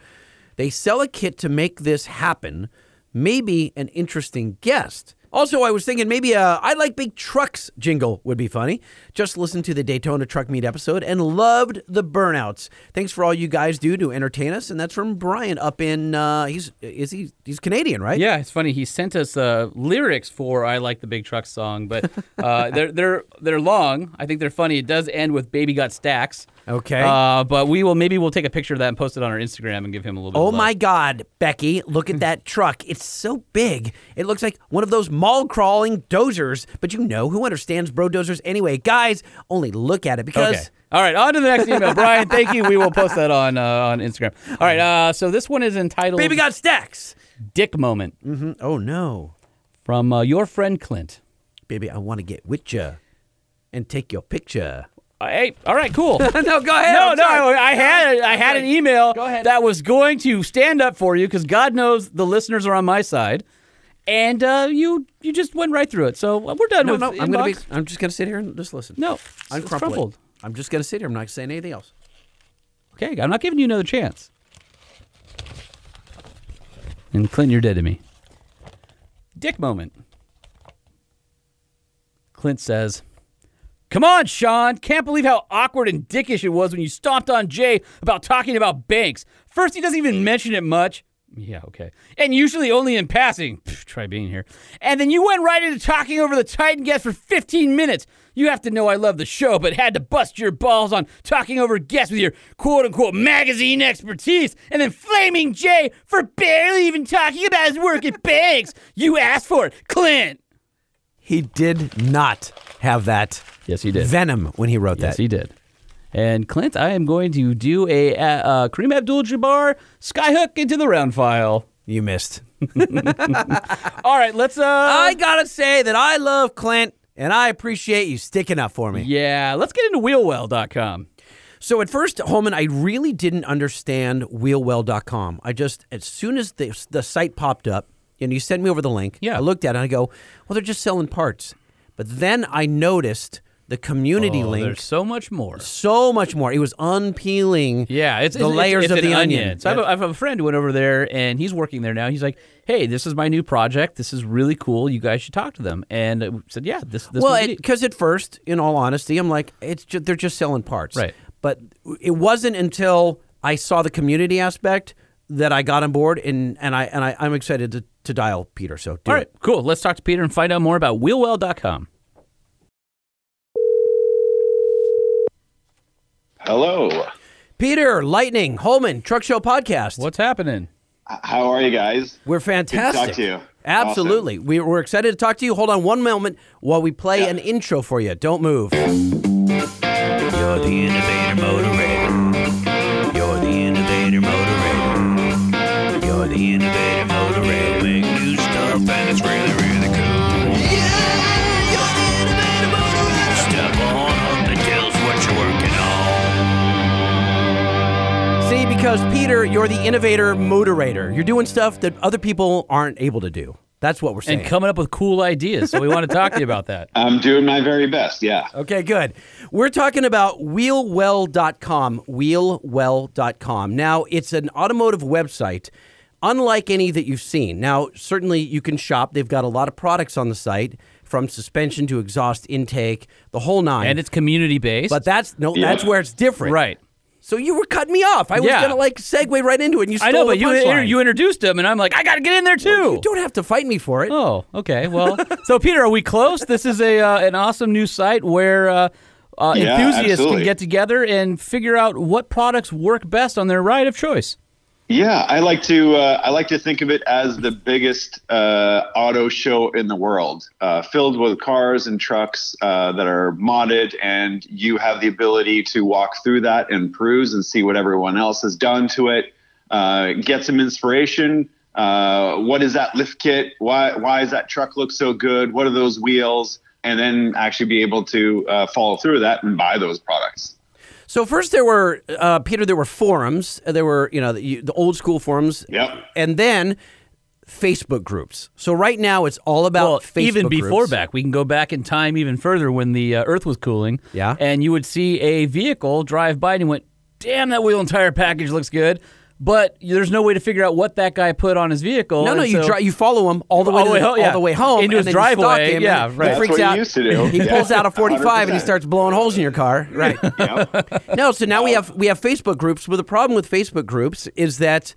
They sell a kit to make this happen. Maybe an interesting guest. Also, I was thinking maybe a I Like Big Trucks jingle would be funny. Just listened to the Daytona Truck Meet episode and loved the burnouts. Thanks for all you guys do to entertain us. And that's from Brian up in uh, he's is he he's Canadian, right? Yeah, it's funny. He sent us uh, lyrics for "I Like the Big Truck" song, but uh, they're they're they're long. I think they're funny. It does end with "Baby Got Stacks." Okay. Uh, but we will maybe we'll take a picture of that and post it on our Instagram and give him a little. bit Oh of love. my God, Becky, look at that truck. It's so big. It looks like one of those mall crawling dozers, but you know who understands bro dozers anyway. Guys, only look at it because. Okay. All right, on to the next email, Brian. Thank you. We will post that on uh, on Instagram. All right. Uh, so this one is entitled Uh-huh. Baby got stacks. Dick Moment" hmm Oh no, from uh, your friend Clint. baby, I want to get with you and take your picture. Uh, hey, all right, cool. no, go ahead. No, I'm no, sorry. I had I had an email Go ahead. that was going to stand up for you because God knows the listeners are on my side, and uh, you you just went right through it. So uh, we're done No, with no, I'm gonna be. inbox. I'm just gonna sit here and just listen. no I'm it's crumpled. I'm just gonna sit here. I'm not saying anything else. Okay, I'm not giving you another chance. And Clint, you're dead to me. Dick moment. Clint says, Come on, Sean. Can't believe how awkward and dickish it was when you stomped on Jay about talking about banks. First, he doesn't even mention it much. Yeah, okay. And usually only in passing. Pff, try being here. And then you went right into talking over the Titan guest for 15 minutes. You have to know I love the show, but had to bust your balls on talking over guests with your quote unquote magazine expertise. And then flaming Jay for barely even talking about his work at banks. You asked for it, Clint. He did not have that Yes, he venom when he wrote Yes, that. he did. And Clint, I am going to do a uh, uh, Kareem Abdul-Jabbar skyhook into the round file. you missed. All right, let's. Uh, I gotta say that I love Clint and I appreciate you sticking up for me. yeah, let's get into wheelwell.com. So at first, Holman, I really didn't understand wheelwell.com. I just, as soon as the, the site popped up and you sent me over the link, Yeah. I looked at it and I go, well, they're just selling parts. But then I noticed the community Oh, link there's so much more. so much more. It was unpeeling Yeah, it's the it's- it's- layers it's of an the onion. So I have, a, I have a friend who went over there, and he's working there now. He's like, "Hey, this is my new project. This is really cool. You guys should talk to them." And I said, "Yeah, this this well, would be neat." because at first, in all honesty, I'm like, it's ju- they're just selling parts. Right. But it wasn't until I saw the community aspect that I got on board, and and I and I, I'm excited to, to dial Peter. So do All it. right, cool. Let's talk to Peter and find out more about wheelwell.com. Hello. Peter, Lightning, Holman, Truck Show Podcast. What's happening? How are you guys? We're Good fantastic. to talk to you. Absolutely. We, we're excited to talk to you. Hold on one moment while we play an intro for you. Don't move. You're the innovator motorator. You're the innovator motorator. You're the innovator motorator. Make new stuff and it's really, really cool. Yeah, you're the innovator motorator. Step on up and tell us what you're See, working on. because Peter, you're the innovator moderator. You're doing stuff that other people aren't able to do. That's what we're saying. And coming up with cool ideas. So we want to talk to you about that. I'm doing my very best. Yeah. Okay, good. We're talking about wheelwell.com, wheelwell.com. Now, it's an automotive website unlike any that you've seen. Now, certainly you can shop. They've got a lot of products on the site from suspension to exhaust intake, the whole nine. And it's community based. But that's no Yeah. that's where it's different. Right. So you were cutting me off. I was Yeah. going to like segue right into it and you stole I know, but the you punchline. you introduced him, and I'm like, I got to get in there too. you don't have to fight me for it. Oh, okay. Well, so Peter, are we close? This is a uh, an awesome new site where uh, uh, Yeah, enthusiasts absolutely. can get together and figure out what products work best on their ride of choice. Yeah, I like to uh, I like to think of it as the biggest uh, auto show in the world, uh, filled with cars and trucks uh, that are modded, and you have the ability to walk through that and peruse and see what everyone else has done to it, uh, get some inspiration. Uh, what is that lift kit? Why why does that truck look so good? What are those wheels? And then actually be able to uh, follow through that and buy those products. So first there were uh, Peter. There were forums. Uh, There were you know the, you, the old school forums. Yep. And then Facebook groups. So right now it's all about Facebook even before groups. back, we can go back in time even further when the uh, Earth was cooling. Yeah, and you would see a vehicle drive by, and you went, "Damn, that wheel and tire package looks good." But there's no way to figure out what that guy put on his vehicle. No, no, and you so- dri- you follow him all the way, All to the way home, all yeah. the way home Into his and then you stalk driveway, him, yeah, and right. He That's freaks what he out. used to do. He Yeah. pulls out a 45 and he starts blowing holes in your car. Right. No, so now we have we have Facebook groups. But the problem with Facebook groups is that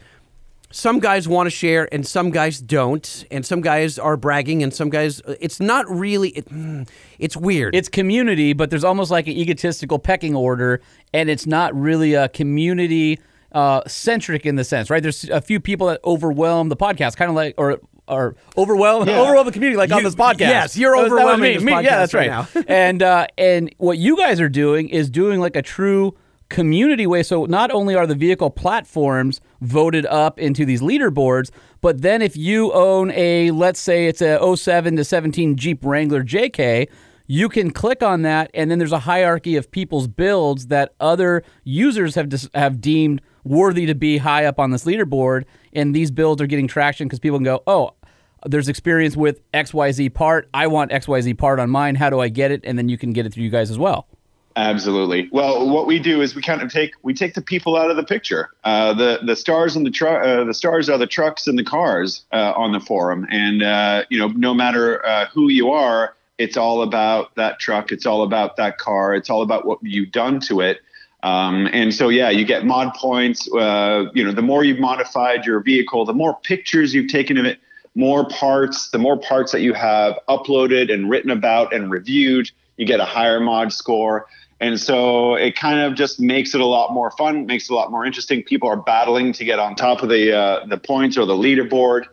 some guys want to share and some guys don't, and some guys are bragging and some guys. uh, It's not really. It, mm, it's weird. It's community, but there's almost like an egotistical pecking order, and it's not really a community uh, centric in the sense, right? There's a few people that overwhelm the podcast, kind of like or or overwhelm Yeah. overwhelm the community, like on You- this podcast. yes, you're That was- that was overwhelming me, this me, podcast yeah, that's right right. and uh, and what you guys are doing is doing like a true community way. So not only are the vehicle platforms voted up into these leaderboards, but then if you own a let's say it's a 07 to 17 Jeep Wrangler JK, you can click on that and then there's a hierarchy of people's builds that other users have dis- have deemed worthy to be high up on this leaderboard and these builds are getting traction because people can go, "Oh, there's experience with XYZ part. I want XYZ part on mine. How do I get it? And then you can get it through you guys as well. Absolutely. Well, what we do is we kind of take we take the people out of the picture. Uh, the the stars and the truck uh, the stars are the trucks and the cars uh, on the forum, and uh, you know no matter uh, who you are, it's all about that truck. It's all about that car. It's all about what you've done to it. Um, and so yeah, you get mod points. Uh, you know the more you've modified your vehicle, the more pictures you've taken of it more parts, the more parts that you have uploaded and written about and reviewed, you get a higher mod score. And so it kind of just makes it a lot more fun, makes it a lot more interesting. People are battling to get on top of the uh, the points or the leaderboard,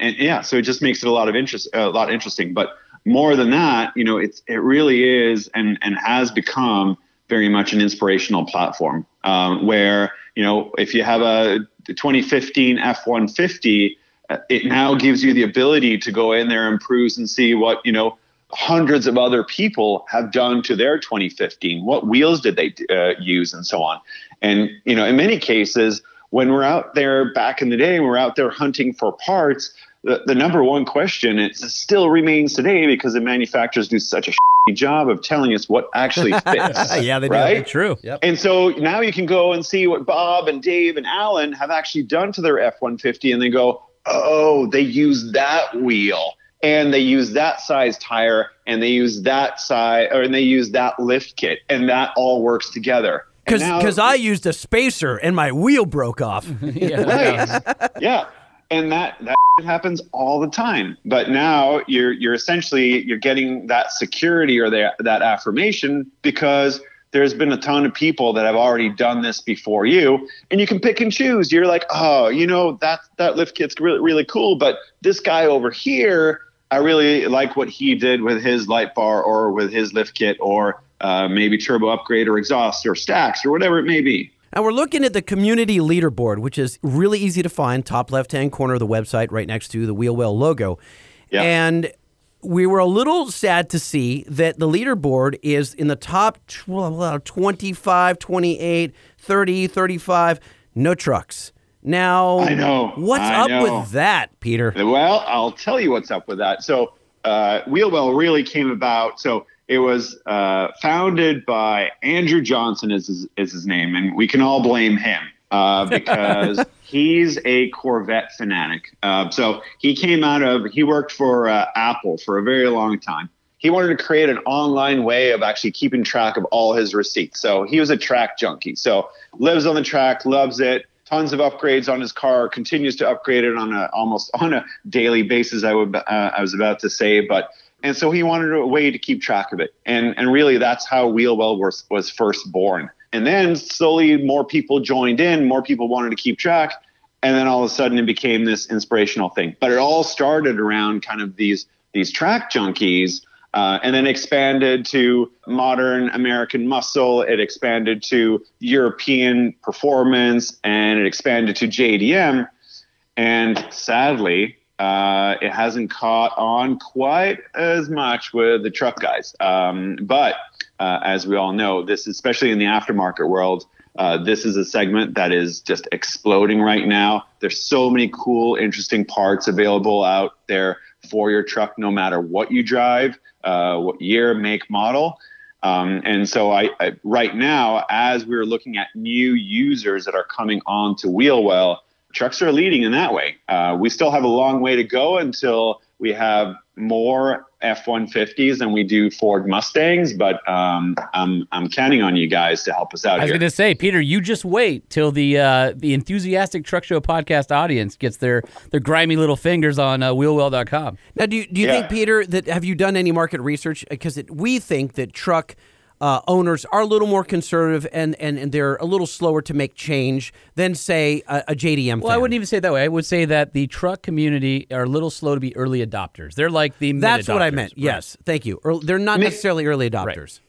and yeah, so it just makes it a lot of interest, a lot interesting. But more than that, you know, it's it really is and and has become very much an inspirational platform um, where you know if you have a 2015 F150 uh, it now gives you the ability to go in there and peruse and see what you know hundreds of other people have done to their 2015 what wheels did they uh, use and so on and you know in many cases when we're out there back in the day we're out there hunting for parts the, the number one question it still remains today because the manufacturers do such a shitty job of telling us what actually fits yeah, they do. right? It's true. Yep. And so now you can go and see what Bob and Dave and Alan have actually done to their F 150 and they go, oh, they use that wheel and they use that size tire and they use that size or and they use that lift kit and that all works together. And now- because I used a spacer and my wheel broke off. Right. yeah. And that that happens all the time. But now you're you're essentially you're getting that security or the, that affirmation because there's been a ton of people that have already done this before you and you can pick and choose. You're like, "Oh, you know, that that lift kit's really really cool, but this guy over here, I really like what he did with his light bar or with his lift kit or uh, maybe turbo upgrade or exhaust or stacks or whatever it may be. And we're looking at the community leaderboard, which is really easy to find, top left hand corner of the website, right next to the Wheel Well logo. And we were a little sad to see that the leaderboard is in the top tw- 25, 28, 30, 35, no trucks. Now, I know. What's I up know. with that, Peter? Well, I'll tell you what's up with that. So, uh, Wheelwell really came about. So, it was uh, founded by Andrew Johnson, is his, is his name, and we can all blame him uh, because he's a Corvette fanatic. Uh, so, he came out of, he worked for uh, Apple for a very long time. He wanted to create an online way of actually keeping track of all his receipts. So, he was a track junkie. So, lives on the track, loves it tons of upgrades on his car, continues to upgrade it on a almost on a daily basis. I would uh, I was about to say, but and so he wanted a way to keep track of it, and and really that's how Wheelwell was was first born. And then slowly more people joined in, more people wanted to keep track, and then all of a sudden it became this inspirational thing. But it all started around kind of these these track junkies. Uh, and then expanded to modern American muscle. It expanded to European performance, and it expanded to JDM. And sadly, uh, it hasn't caught on quite as much with the truck guys. Um, but uh, as we all know, this, especially in the aftermarket world, uh, this is a segment that is just exploding right now. There's so many cool, interesting parts available out there for your truck, no matter what you drive, uh, what year, make, model. Um, and so, I, I right now, as we're looking at new users that are coming on to Wheelwell, trucks are leading in that way. Uh, we still have a long way to go until we have more F-150s than we do Ford Mustangs. But um, I'm I'm counting on you guys to help us out I was here. going to say, Peter, you just wait till the uh, the enthusiastic truck show podcast audience gets their their grimy little fingers on uh, wheelwell.com. Now, do you, do you think, Peter, that have you done any market research? Because we think that truck uh, owners are a little more conservative and, and, and they're a little slower to make change than, say, a, a JDM Well, I wouldn't even say it that way. I would say that the truck community are a little slow to be early adopters. They're like the That's what I mid-adopters. meant. Yes. Thank you. Earl- They're not necessarily early adopters.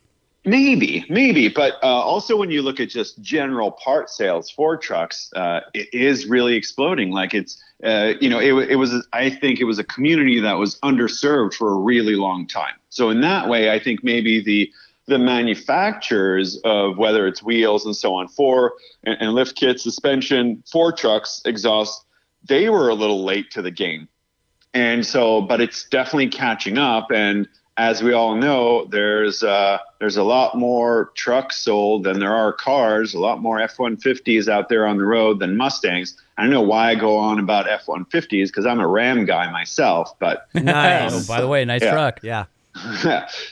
Maybe, maybe, but uh, also when you look at just general part sales for trucks, uh, it is really exploding. Like it's, uh, you know, it, wa- it was. I think it was a community that was underserved for a really long time. So in that way, I think maybe the the manufacturers of whether it's wheels and so on for and, and lift kit, suspension for trucks, exhaust, they were a little late to the game. And so, but it's definitely catching up. And as we all know, there's uh, there's a lot more trucks sold than there are cars. A lot more F-150s out there on the road than Mustangs. I don't know why I go on about F-150s because I'm a Ram guy myself. But Oh, by the way, nice Yeah. truck. Yeah.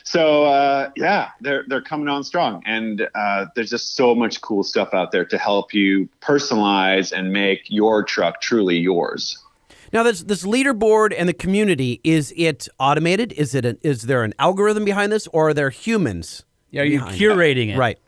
so uh, yeah, they're they're coming on strong, and uh, there's just so much cool stuff out there to help you personalize and make your truck truly yours. Now, this this leaderboard and the community is it automated? Is it an, is there an algorithm behind this, or are there humans? Yeah, are you curating it? Right.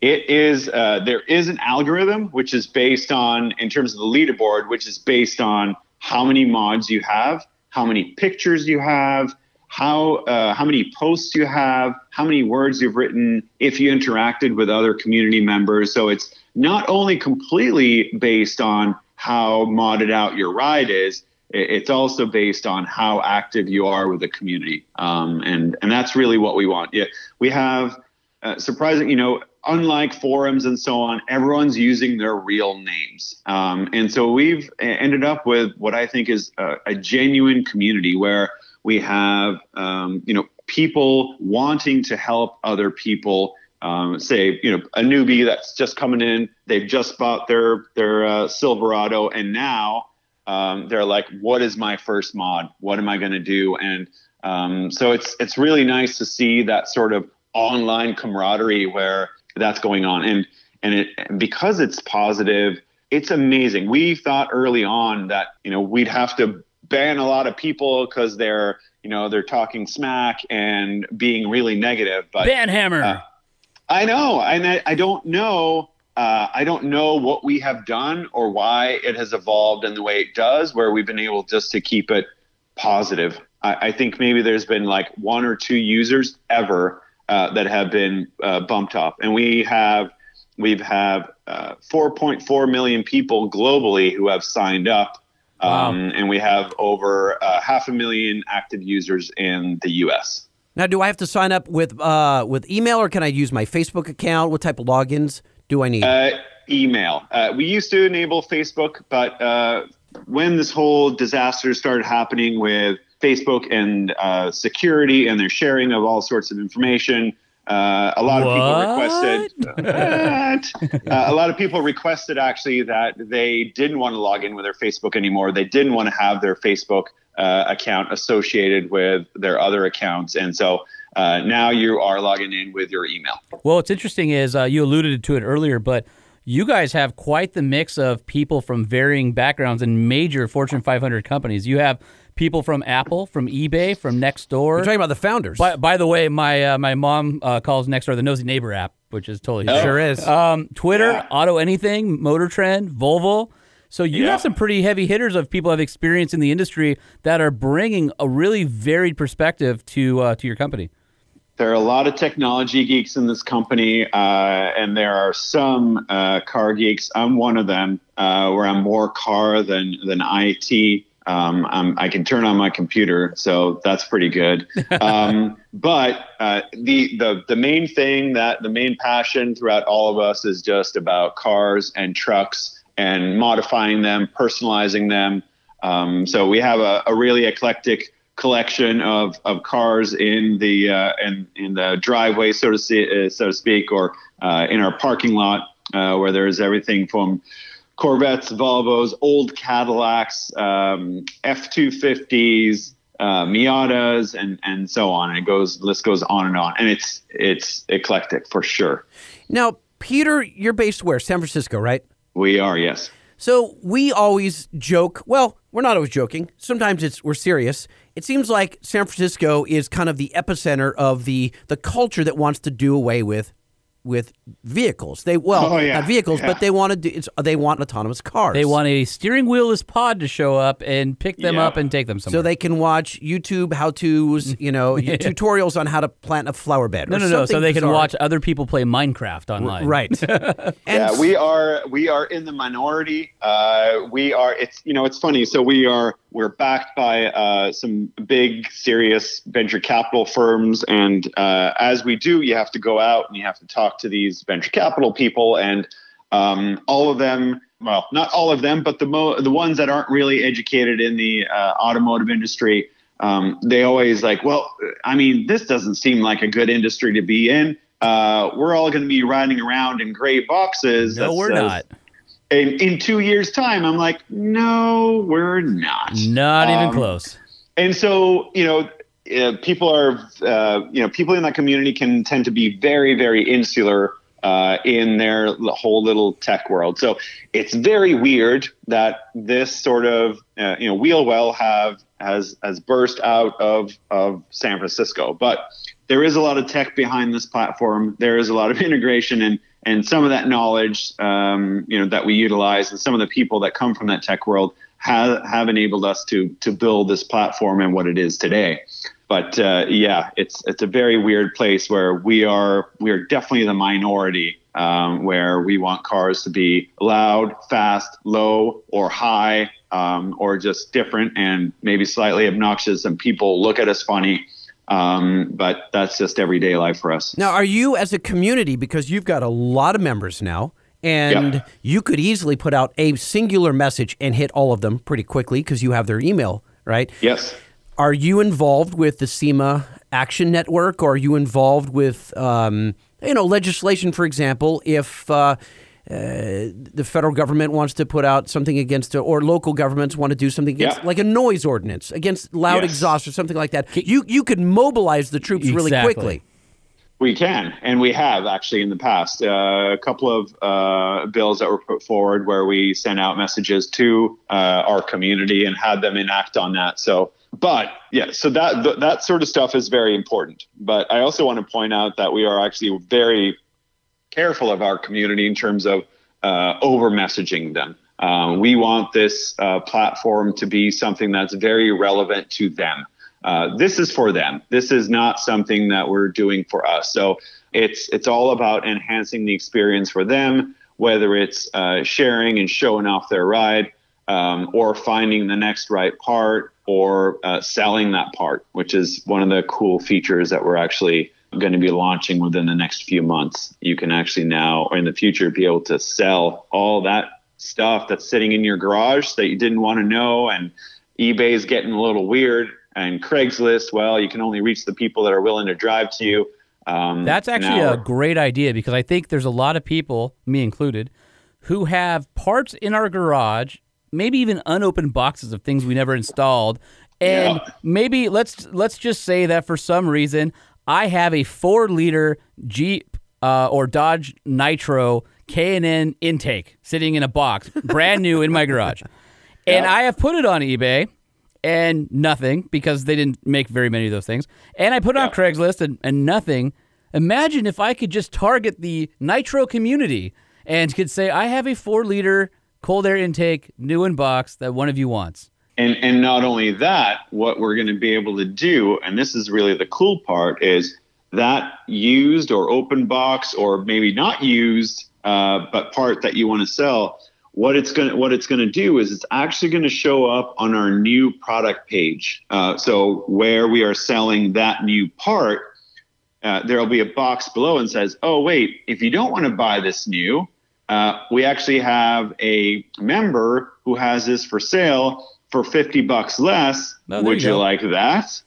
It is uh, there is an algorithm which is based on in terms of the leaderboard, which is based on how many mods you have, how many pictures you have, how uh, how many posts you have, how many words you've written, if you interacted with other community members. So it's not only completely based on how modded out your ride is. i- It's also based on how active you are with the community, um, and and that's really what we want. Yeah, we have uh, surprising, you know, unlike forums and so on, everyone's using their real names. Um, and so we've e- ended up with what I think is a, a genuine community where we have, um, you know, people wanting to help other people. Um, say, you know, a newbie that's just coming in, they've just bought their their uh, Silverado, and now um, they're like, "What is my first mod? What am I going to do?" And um, so it's it's really nice to see that sort of online camaraderie where that's going on. And and it because it's positive it's amazing we thought early on that you know we'd have to ban a lot of people because they're you know they're talking smack and being really negative but Ban hammer. uh, i know and i, I don't know uh, i don't know what we have done or why it has evolved in the way it does where we've been able just to keep it positive i, I think maybe there's been like one or two users ever uh, that have been uh, bumped off and we have we've have uh, 4.4 million people globally who have signed up um, and we have over uh, half a million active users in the us Now, do I have to sign up with uh, with email or can I use my Facebook account? What type of logins do I need? Uh, email. Uh, we used to enable Facebook, but uh, when this whole disaster started happening with Facebook and uh, security and their sharing of all sorts of information, uh, a lot of people requested. What? Uh, a lot of people requested actually that they didn't want to log in with their Facebook anymore. They didn't want to have their Facebook uh, account associated with their other accounts, and so uh, now you are logging in with your email. Well, what's interesting is uh, you alluded to it earlier, but you guys have quite the mix of people from varying backgrounds in major Fortune 500 companies. You have people from Apple, from eBay, from Nextdoor. You're talking about the founders. By, by the way, my uh, my mom uh, calls Nextdoor the nosy neighbor app, which is totally It sure is. Um, Twitter, Auto Anything, Motor Trend, Volvo. So you Yeah. have some pretty heavy hitters of people who have experience in the industry that are bringing a really varied perspective to uh, to your company. There are a lot of technology geeks in this company, uh, and there are some uh, car geeks. I'm one of them, uh, where I'm more car than than IT. Um, I'm, I can turn on my computer, so that's pretty good. Um, but uh, the the the main thing that the main passion throughout all of us is just about cars and trucks and modifying them, personalizing them. Um, so we have a, a really eclectic collection of, of cars in the uh, in, in the driveway, so to see, uh, so to speak, or uh, in our parking lot, uh, where there is everything from Corvettes, Volvos, old Cadillacs, um, F two fifties, uh, Miatas, and and so on. It goes list goes on and on, and it's it's eclectic for sure. Now, Peter, you're based where? San Francisco, right? We are yes. So we always joke. Well, we're not always joking. Sometimes it's we're serious. It seems like San Francisco is kind of the epicenter of the the culture that wants to do away with with vehicles. They well, Oh, yeah. not vehicles, Yeah. but they want to do, it's, they want autonomous cars. They want a steering wheelless pod to show up and pick them Yeah. up and take them somewhere. so they can watch YouTube how tos, you know, tutorials on how to plant a flower bed. no, or no, no. So something they can bizarre. watch other people play Minecraft online. Right. yeah, we are we are in the minority. Uh, we are it's you know it's funny. So we are we're backed by uh, some big serious venture capital firms, and uh, as we do, you have to go out and you have to talk to these venture capital people, and um, all of them. Well, not all of them, but the mo- the ones that aren't really educated in the uh, automotive industry um, they always like, well, I mean, this doesn't seem like a good industry to be in. Uh, we're all going to be riding around in gray boxes. No, that we're says- not. In, in two years' time, I'm like, no, we're not. Not even Um, close. And so, you know, uh, people are, uh, you know, people in that community can tend to be very, very insular uh, in their l- whole little tech world. So it's very weird that this sort of, uh, you know, wheel well have has has burst out of of San Francisco, but there is a lot of tech behind this platform. There is a lot of integration and and some of that knowledge, um, you know, that we utilize and some of the people that come from that tech world have, have enabled us to to build this platform and what it is today. But uh, yeah, it's it's a very weird place where we are we are definitely the minority um, where we want cars to be loud, fast, low, or high, um, or just different and maybe slightly obnoxious, and people look at us funny. Um, but that's just everyday life for us. Now, are you as a community because you've got a lot of members now, and you could easily put out a singular message and hit all of them pretty quickly because you have their email, right? Yes. Are you involved with the SEMA Action Network? Or are you involved with um, you know legislation, for example, if uh, uh, the federal government wants to put out something against, or local governments want to do something against, Yeah. like a noise ordinance against loud Yes. exhaust or something like that. You you could mobilize the troops really Exactly. quickly. We can, and we have actually in the past uh, a couple of uh, bills that were put forward where we sent out messages to uh, our community and had them enact on that. So, but yeah, so that th- that sort of stuff is very important. But I also want to point out that we are actually very careful of our community in terms of uh, over messaging them. Um, we want this uh, platform to be something that's very relevant to them. Uh, this is for them. This is not something that we're doing for us. So it's it's all about enhancing the experience for them, whether it's uh, sharing and showing off their ride, um, or finding the next right part, or uh, selling that part, which is one of the cool features that we're actually going to be launching within the next few months. You can actually now, or in the future, be able to sell all that stuff that's sitting in your garage that you didn't want to know, and eBay's getting a little weird, and Craigslist. Well, you can only reach the people that are willing to drive to you. Um, That's actually now- a great idea because I think there's a lot of people, me included, who have parts in our garage, maybe even unopened boxes of things we never installed, and maybe let's let's just say that for some reason I have a four liter Jeep uh, or Dodge Nitro K and N intake sitting in a box, brand new in my garage, and I have put it on eBay and nothing because they didn't make very many of those things. And I put it on Craigslist and, and nothing. Imagine if I could just target the nitro community and could say, I have a four liter cold air intake, new in box that one of you wants. And and not only that, what we're going to be able to do, and this is really the cool part, is that used or open box or maybe not used, uh, but part that you want to sell. What it's gonna what it's gonna do is it's actually going to show up on our new product page. Uh, so where we are selling that new part, uh, there will be a box below and says, "Oh wait, if you don't want to buy this new, uh, we actually have a member who has this for sale for fifty bucks less. No, there Would you you, go. like that?"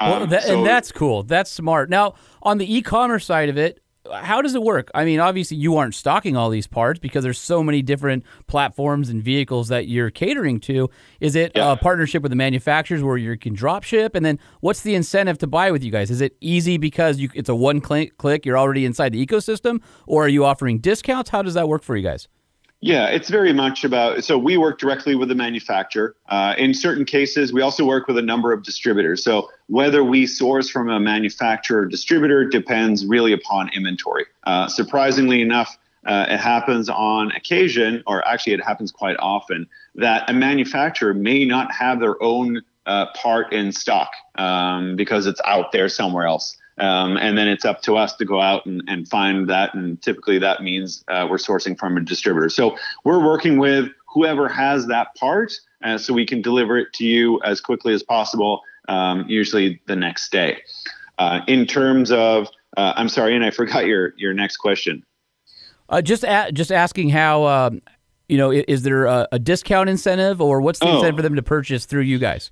Well, Um, that, so- and that's cool. That's smart. Now, on the e-commerce side of it, how does it work? I mean, obviously you aren't stocking all these parts because there's so many different platforms and vehicles that you're catering to. Is it a partnership with the manufacturers where you can drop ship? And then what's the incentive to buy with you guys? Is it easy because you, it's a one click, click, you're already inside the ecosystem, or are you offering discounts? How does that work for you guys? Yeah, it's very much about. So we work directly with the manufacturer. Uh, in certain cases, we also work with a number of distributors. So whether we source from a manufacturer or distributor depends really upon inventory. Uh, surprisingly enough, uh, it happens on occasion, or actually, it happens quite often, that a manufacturer may not have their own uh, part in stock um, because it's out there somewhere else. Um, and then it's up to us to go out and, and find that. And typically that means uh, we're sourcing from a distributor. So we're working with whoever has that part uh, so we can deliver it to you as quickly as possible, um, usually the next day. Uh, in terms of, uh, I'm sorry, and I forgot your, your next question. Uh, just a- just asking how, um, you know, i- is there a, a discount incentive or what's the Oh. incentive for them to purchase through you guys?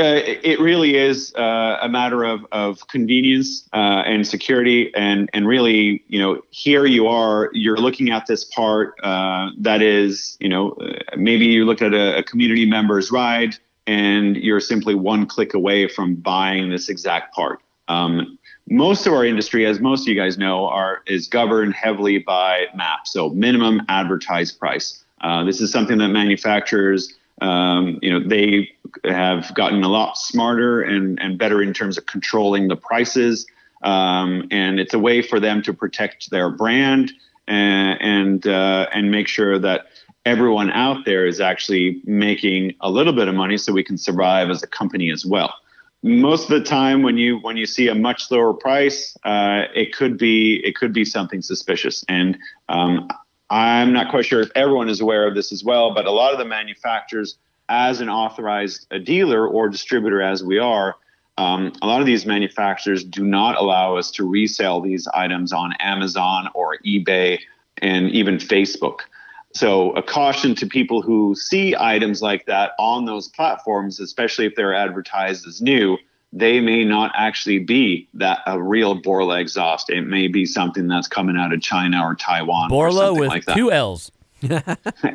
Uh, it it really is uh, a matter of, of convenience uh, and security, and and really, you know, here you are, you're looking at this part uh, that is, you know, uh, maybe you looked at a, a community member's ride, and you're simply one click away from buying this exact part. Um, most of our industry, as most of you guys know, are is governed heavily by MAP, so minimum advertised price. Uh, this is something that manufacturers, um, you know, they have gotten a lot smarter and and better in terms of controlling the prices, um, and it's a way for them to protect their brand and and, uh, and make sure that everyone out there is actually making a little bit of money so we can survive as a company as well most of the time when you when you see a much lower price uh, it could be it could be something suspicious and um, i'm not quite sure if everyone is aware of this as well but a lot of the manufacturers as an authorized uh, dealer or distributor as we are um, a lot of these manufacturers do not allow us to resell these items on amazon or ebay and even facebook so, a caution to people who see items like that on those platforms, especially if they're advertised as new, they may not actually be that a real Borla exhaust. It may be something that's coming out of China or Taiwan. or Borla something with like that. two L's.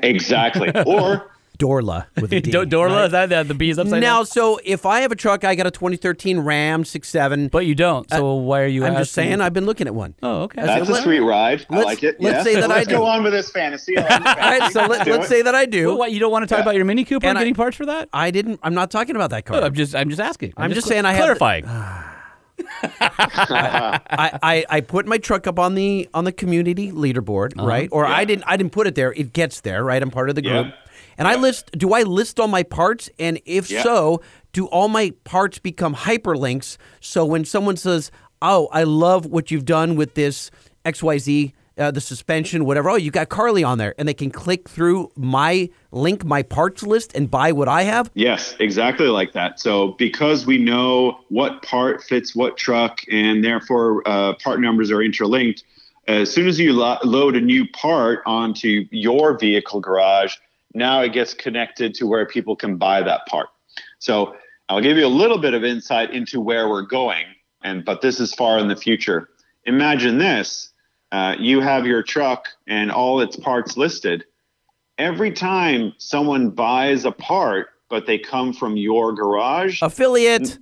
exactly. Or Dorla with a D. Do- Dorla, right? is that the, the B is upside now, down? so if I have a truck, I got a 2013 Ram 67. But you don't. So why are you I'm just asking? saying I've been looking at one. Oh, okay. I That's said, a let- sweet ride. I let's- like it. let's yeah. say that I Let's do. go on with this fantasy. I like All right, so let, Do let's it. say that I do. Well, what, you don't want to talk about your Mini Cooper and getting parts for that? I didn't. I'm not talking about that car. No, I'm just I'm just asking. I'm just saying I have the- clarifying. I, I, I put my truck up on the on the community leaderboard, Uh-huh. right? Or I didn't I didn't put it there. It gets there, right? I'm part of the Yeah. group. And I list do I list all my parts? And if Yeah. so, do all my parts become hyperlinks? So when someone says, Oh, I love what you've done with this XYZ uh, the suspension, whatever. Oh, you got Carly on there, and they can click through my link, my parts list, and buy what I have. Yes, exactly like that. So because we know what part fits what truck, and therefore uh, part numbers are interlinked. As soon as you lo- load a new part onto your vehicle garage, now it gets connected to where people can buy that part. So I'll give you a little bit of insight into where we're going, and but this is far in the future. Imagine this: uh, you have your truck and all its parts listed every time someone buys a part, but they come from your garage affiliate.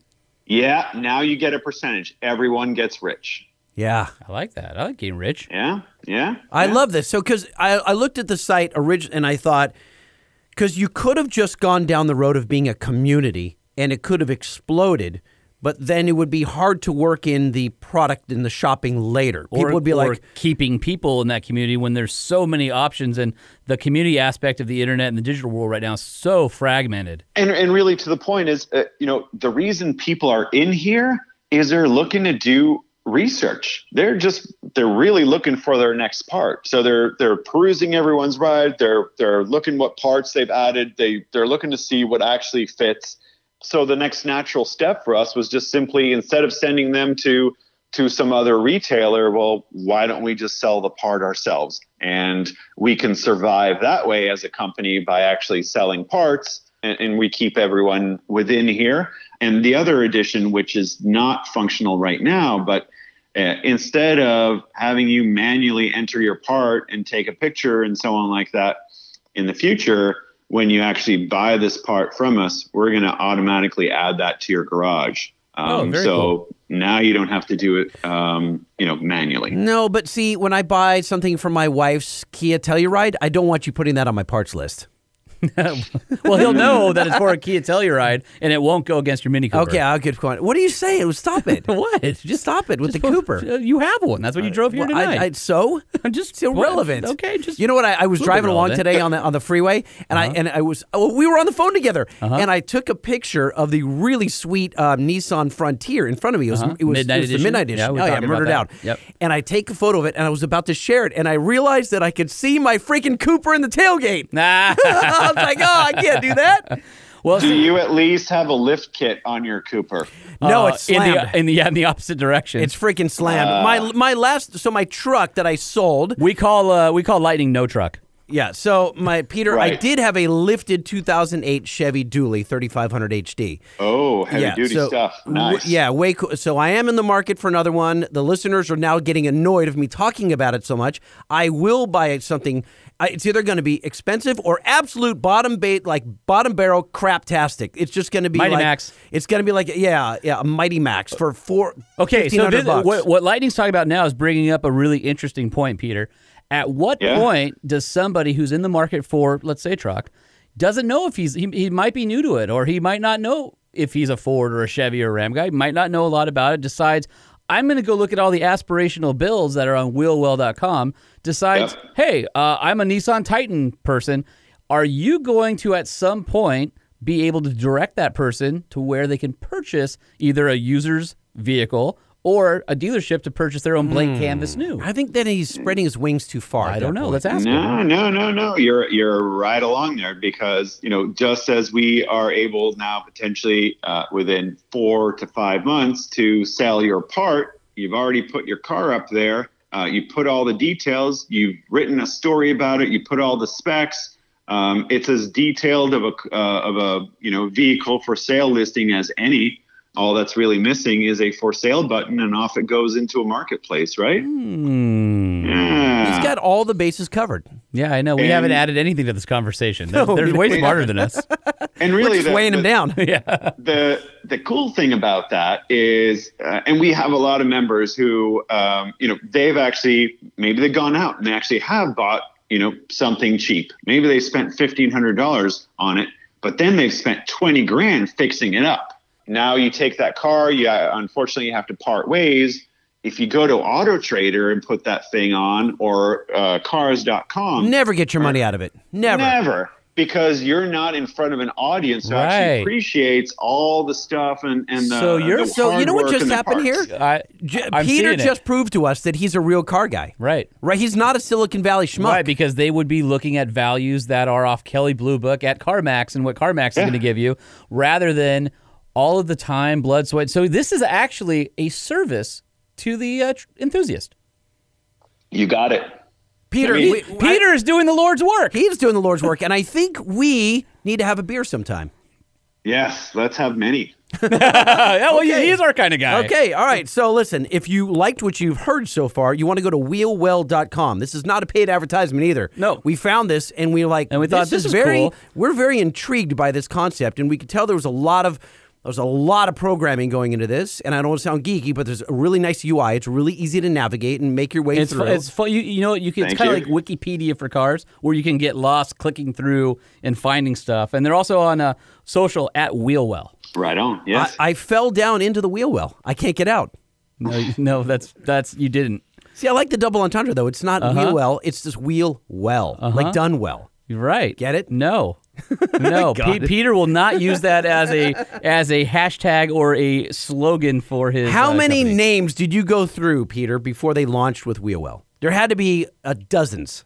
Yeah, now you get a percentage. Everyone gets rich. Yeah. I like that. I like getting rich. Yeah, yeah. I love this. So, because I, I looked at the site originally and I thought, because you could have just gone down the road of being a community and it could have exploded, but then it would be hard to work in the product in the shopping later. People or, would be or like, keeping people in that community when there's so many options and the community aspect of the internet and the digital world right now is so fragmented. And and really to the point is, uh, you know, the reason people are in here is they're looking to do research. They're just they're really looking for their next part. So they're they're perusing everyone's ride. They're they're looking what parts they've added. They they're looking to see what actually fits. So the next natural step for us was just simply instead of sending them to to some other retailer, well, why don't we just sell the part ourselves? And we can survive that way as a company by actually selling parts and, and we keep everyone within here. And the other addition, which is not functional right now, but uh, instead of having you manually enter your part and take a picture and so on like that, in the future, when you actually buy this part from us, we're going to automatically add that to your garage. Um, Oh, very so cool. now you don't have to do it, um, you know, manually. no, but see, when I buy something from my wife's Kia Telluride, I don't want you putting that on my parts list. Well, he'll know that it's for a Kia Telluride and it won't go against your Mini Cooper. Okay, I'll get going. What are you saying? Stop it. what? Just stop it with the Cooper. Uh, You have one. That's what you drove here Well, I- tonight. I- so just it's irrelevant. Okay, just you know what? I, I was Super driving along relevant. today on the on the freeway, and Uh-huh. I and I was oh, we were on the phone together, and I took a picture of the really sweet um, Nissan Frontier in front of me. It was Uh-huh. it was, Midnight it was the edition? midnight edition. Yeah, we were oh yeah, talking about murdered that. out. Yep. And I take a photo of it, and I was about to share it, and I realized that I could see my freaking Cooper in the tailgate. Nah. I was like, oh, I can't do that. Well, do you at least have a lift kit on your Cooper? No, Uh, it's in slammed. the in the, yeah, in the opposite direction. it's freaking slammed. my my last so my truck that I sold. we call uh, we call lightning no truck. Yeah. So my Peter, I Right. did have a lifted 2008 Chevy Dually 3500 HD. Oh, heavy yeah, duty so- stuff. w- Nice. yeah, way cool. So I am in the market for another one. The listeners are now getting annoyed of me talking about it so much. I will buy something. I, it's either going to be expensive or absolute bottom bait, like bottom barrel craptastic. It's just going to be Mighty like, Max. It's going to be like yeah, yeah, a Mighty Max for four. Okay, so 1500 this, bucks. what, what Lightning's talking about now is bringing up a really interesting point, Peter. At what Yeah. point does somebody who's in the market for, let's say, a truck, doesn't know if he's he, he might be new to it, or he might not know if he's a Ford or a Chevy or a Ram guy, might not know a lot about it, decides I'm going to go look at all the aspirational builds that are on wheelwell.com, decides, hey, uh, I'm a Nissan Titan person. Are you going to at some point be able to direct that person to where they can purchase either a user's vehicle or a dealership to purchase their own blank canvas new? Hmm. I think then he's spreading his wings too far. I don't know. Let's ask No, him. no, no, no. You're you're right along there because you know just as we are able now potentially uh, within four to five months to sell your part, you've already put your car up there. Uh, you put all the details. You've written a story about it. You put all the specs. Um, it's as detailed of a uh, of a you know vehicle for sale listing as any. All that's really missing is a for sale button, and off it goes into a marketplace, right? Hmm. Yeah. We've got all the bases covered. Yeah, I know. We And- haven't added anything to this conversation. They're, No, they're we- way smarter than us. and really just weighing 'em down. yeah. The the cool thing about that is, uh, and we have a lot of members who, um, you know, they've actually maybe they've gone out and they actually have bought you know something cheap. Maybe they spent fifteen hundred dollars on it, but then they've spent twenty grand fixing it up. Now you take that car, you uh, unfortunately you have to part ways. If you go to Auto Trader and put that thing on or uh, cars.com, Never get your money out of it. Never. Because you're not in front of an audience who Right. actually appreciates all the stuff and, and the, so you're the so you hard know what work just and the happened parts. here? I, J- I'm Peter seeing it. just proved to us that he's a real car guy. Right. Right. He's not a Silicon Valley schmuck. Right, because they would be looking at values that are off Kelly Blue Book at CarMax and what CarMax is going to give you rather than all of the time, blood, sweat. So this is actually a service to the uh, tr- enthusiast. You got it. Peter, I mean- we, Peter is doing the Lord's work. He's doing the Lord's work, and I think we need to have a beer sometime. Yes, let's have many. yeah, well, he's our kind of guy. Okay, all right. So listen, if you liked what you've heard so far, you want to go to wheelwell.com. This is not a paid advertisement either. No. We found this and we like and we thought, is this is very cool. we're very intrigued by this concept and we could tell there was a lot of there was a lot of programming going into this, and I don't want to sound geeky, but there's a really nice UI. It's really easy to navigate and make your way It's, fu- through. it's fun. You, you know, what, you can, it's Thank kind of like Wikipedia for cars, where you can get lost clicking through and finding stuff. And they're also on uh, social at Wheelwell. Right on. Oh, Yes. I, I fell down into the wheel well. I can't get out. No, you- no, that's that's you didn't. See, I like the double entendre though. It's not Uh-huh. wheel well. It's just wheel well, like done well. You're right. Get it? No. No, Got Pe- it. Peter will not use that as a as a hashtag or a slogan for his. How uh, many company. names did you go through, Peter, before they launched with Wheelwell? There had to be uh, dozens.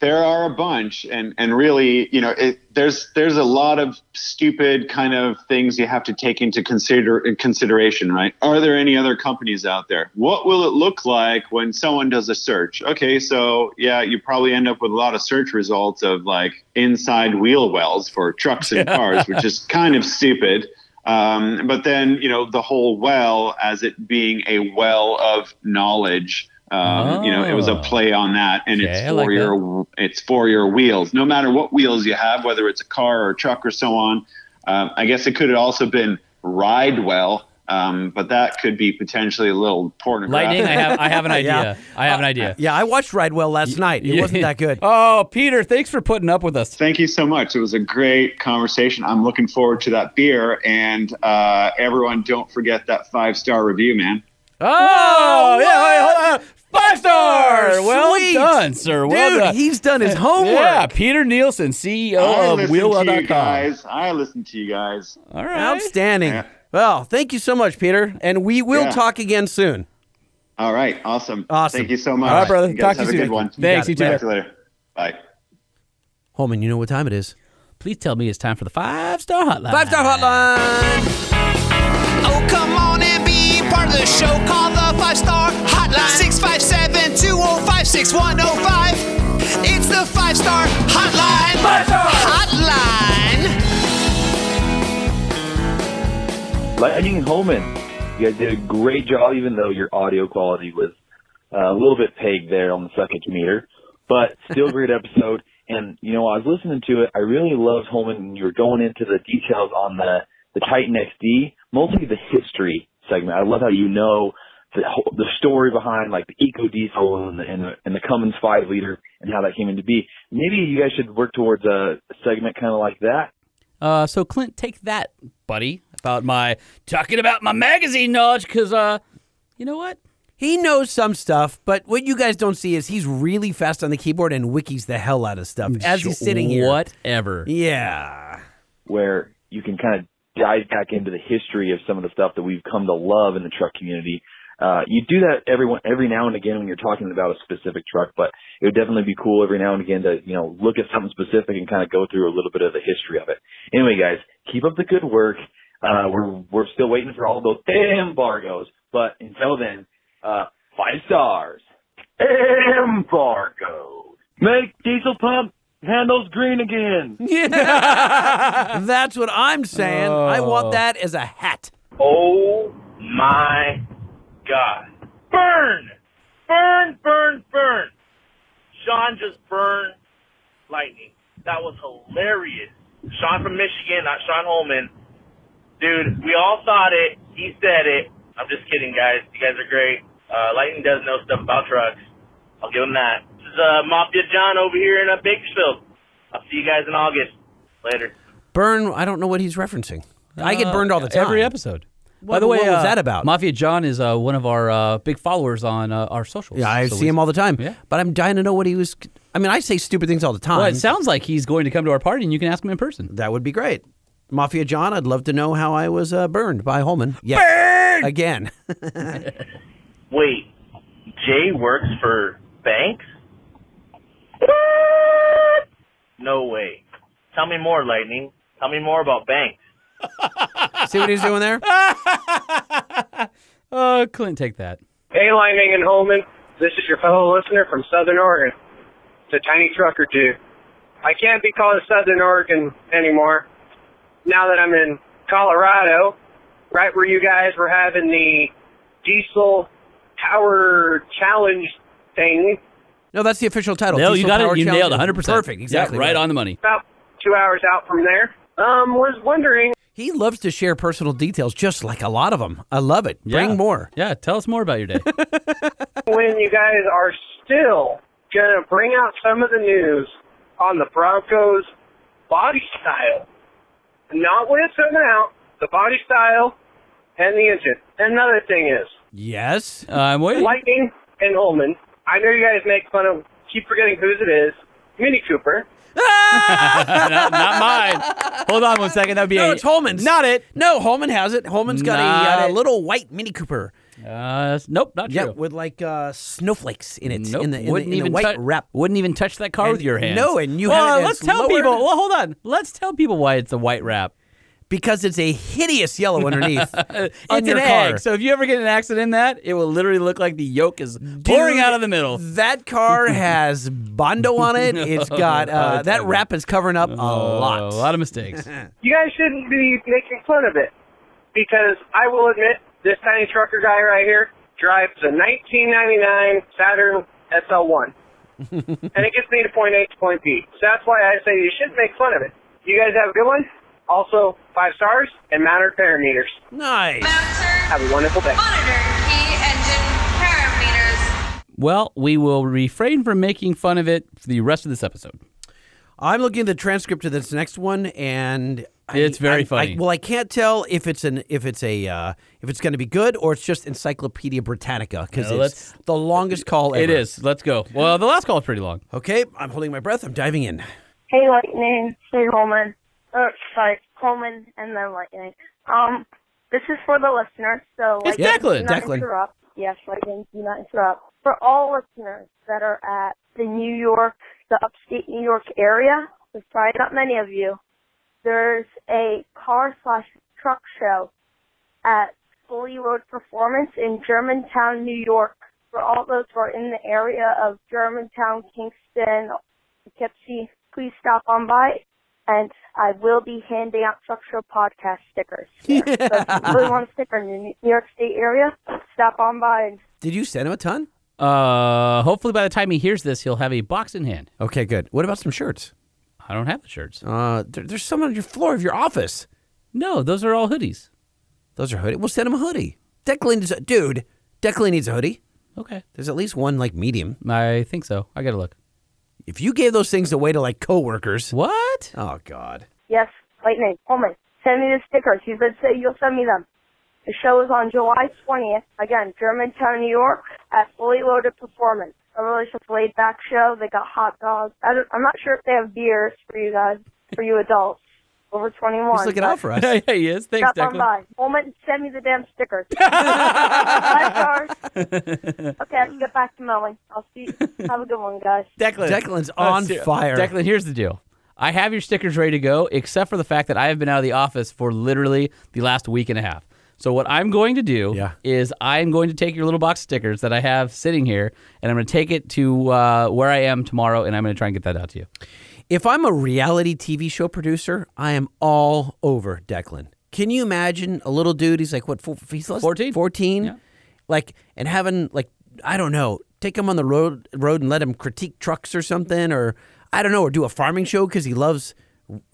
There are a bunch, and and really, you know, it, there's there's a lot of stupid kind of things you have to take into consider in consideration, right? Are there any other companies out there? What will it look like when someone does a search? Okay, so yeah, you probably end up with a lot of search results of like inside wheel wells for trucks and cars, which is kind of stupid. Um, but then, you know, the whole well as it being a well of knowledge. Um, You know, it was a Oh. play on that, and Okay, it's I for like that. your it's for your wheels. No matter what wheels you have, whether it's a car or a truck or so on. Um, I guess it could have also been ride well, um, but that could be potentially a little pornographic. Lightning, I have I have an idea. I have an idea. Uh, Yeah, I watched Ridewell last night. It wasn't that good. Oh, Peter, thanks for putting up with us. Thank you so much. It was a great conversation. I'm looking forward to that beer, and uh, everyone, don't forget that five star review, man. Oh, yeah, wait, hold on. Five stars. Well Sweet. done, sir. Well Dude, done. he's done his homework. Yeah, Peter Nielsen, CEO I E listen of to you Wheelwell.com. guys. I listen to you guys. All right. Outstanding. Well, thank you so much, Peter, and we will Yeah. talk again soon. All right. Awesome. Awesome. Thank you so much. All right, brother. You Talk guys to have you a soon. good one. Thanks, You you got it. too. Talk to you later. Bye. Holman, you know what time it is. Please tell me it's time for the five star hotline. Five Star Hotline. Oh, come on and be part of the show. Call the five star hotline 657 205 6105. It's the five star hotline. Five star hotline. Lightning and Holman, you guys did a great job, even though your audio quality was uh, a little bit pegged there on the suckage meter, but still a great episode. And you know, I was listening to it. I really loved Holman. and You were going into the details on the the Titan XD, mostly the history segment. I love how you know the whole, the story behind like the Eco Diesel and the, and the and the Cummins five liter and how that came into be. Maybe you guys should work towards a segment kind of like that. Uh, so Clint, take that, buddy, about my talking about my magazine knowledge, because uh, you know what? He knows some stuff, but what you guys don't see is he's really fast on the keyboard and wikis the hell out of stuff as he's sitting here. Whatever. Yeah. where you can kind of dive back into the history of some of the stuff that we've come to love in the truck community. Uh, you do that every one- every now and again when you're talking about a specific truck, but it would definitely be cool every now and again to you know look at something specific and kind of go through a little bit of the history of it. Anyway, guys, keep up the good work. Uh, we're we're still waiting for all those embargoes, but until then, uh, five stars. Embargo. Make diesel pump handles green again. Yeah. That's what I'm saying. I Oh. want that as a hat. Oh my God. Burn! Burn, burn, burn. Sean just burned Lightning. That was hilarious. Sean from Michigan, not Sean Holman. Dude, we all thought it. He said it. I'm just kidding, guys. You guys are great. Uh, Lightning does know stuff about trucks. I'll give him that. This is uh, Mafia John over here in uh, Bakersfield. I'll see you guys in August. Later. Burn. I don't know what he's referencing. I get Uh, burned all the time. Every episode. What- what was that about? Mafia John is uh, one of our uh, big followers on uh, our socials. Yeah, I So see we- him all the time. But I'm dying to know what he was. I mean, I say stupid things all the time. Well, it sounds like he's going to come to our party, and you can ask him in person. That would be great. Mafia John, I'd love to know how I was uh, burned by Holman. Yeah, again. Wait, Jay works for Banks? No way. Tell me more, Lightning. Tell me more about Banks. See what he's doing there? Uh, Clint, take that. Hey, Lightning and Holman. This is your fellow listener from Southern Oregon. It's a tiny trucker dude. I can't be called a Southern Oregon anymore. Now that I'm in Colorado, right where you guys were having the diesel power challenge thing. No, that's the official title. No, you Diesel got Power it. You Challenge. nailed it 100%. Perfect. Yeah, Exactly. right on the money. About two hours out from there. Um, was wondering. He loves to share personal details, just like a lot of them. I love it. Bring more. Yeah, tell us more about your day. when you guys are still going to bring out some of the news on the Broncos body style. Not when it's coming out, the body style and the engine. Another thing is, Yes. Uh, I'm waiting. Lightning and Holman, I know you guys make fun of, keep forgetting whose it is, Mini Cooper. not, not mine. Hold on one second. That'd be No, a- it's Holman's. Not it. No, Holman has it. Holman's got a Not uh, it. little white Mini Cooper. Uh, nope, not Yeah, true. with like uh, snowflakes in it. Nope, In the, in the- wouldn't in the even white tou- wrap. Wouldn't even touch that car And- with your hands. No, and you well, have it. Let's as tell lowered- people. Well, hold on. Let's tell people why it's the white wrap. Because it's a hideous yellow underneath it's on your an car. egg. So if you ever get in an accident in that, it will literally look like the yolk is pouring out of the middle. That car has bondo on it. It's got No, uh, Oh, it's that ugly. wrap is covering up a lot. Oh, A lot of mistakes. You guys shouldn't be making fun of it because I will admit this tiny trucker guy right here drives a 1999 Saturn SL1. and it gets me to point A to point B. So that's why I say you shouldn't make fun of it. You guys have a good one. Also, five stars and mounted parameters. Nice. Have a wonderful day. Key engine parameters. Well, we will refrain from making fun of it for the rest of this episode. I'm looking at the transcript of this next one, and I- It's very I- funny. I, well, I can't tell if it's an if it's a uh, if it's going to be good or it's just Encyclopedia Britannica because No, it's let's- the longest call ever. It is. Let's go. Well, the last call is pretty long. Okay, I'm holding my breath. I'm diving in. Hey, Lightning. Hey, Holman. Uh, sorry, Holman and then Lightning. Um, this is for the listeners, so It's Lightning, Declan. do not Declan. interrupt. Yes, Lightning, do not interrupt. For all listeners that are at the New York, the upstate New York area, there's probably not many of you. There's a car slash truck show at Foley Road Performance in Germantown, New York. For all those who are in the area of Germantown, Kingston, Poughkeepsie, please stop on by, and I will be handing out structural podcast stickers. there. so if you really want a sticker in the New York State area, stop on by. And Did you send him a ton? Uh, hopefully by the time he hears this, he'll have a box in hand. Okay, good. What about some shirts? I don't have the shirts. Uh, there, there's some on your floor of your office. No, those are all hoodies. Those are hoodie. We'll send him a hoodie. Declan is a dude. Declan needs a hoodie. Okay. There's at least one like medium. I think so. I gotta look. If you gave those things away to like coworkers, what? Oh God. yes, Lightning, Holman, send me the stickers. You said say you'll send me them. The show is on July 20th, again, Germantown, New York, at Fully Loaded Performance. A really just laid back show. They got hot dogs. I don't, I'm not sure if they have beers for you guys, for you adults over 21. but- yeah, he is. Thanks, Stop on Declan. by. Moment, send me the damn stickers. Five stars. Okay, I can get back to mowing. I'll see. You. Have a good one, guys. Declan's on Oh, ser- fire. Declan, here's the deal. I have your stickers ready to go, except for the fact that I have been out of the office for literally the last week and a half. So what I'm going to do is I'm going to take your little box of stickers that I have sitting here, and I'm going to take it to uh, where I am tomorrow, and I'm going to try and get that out to you. If I'm a reality TV show producer, I am all over Declan. Can you imagine a little dude? He's like what? Four, he's less, 14? Like and having like I don't know take him on the road road and let him critique trucks or something, or I don't know, or do a farming show because he loves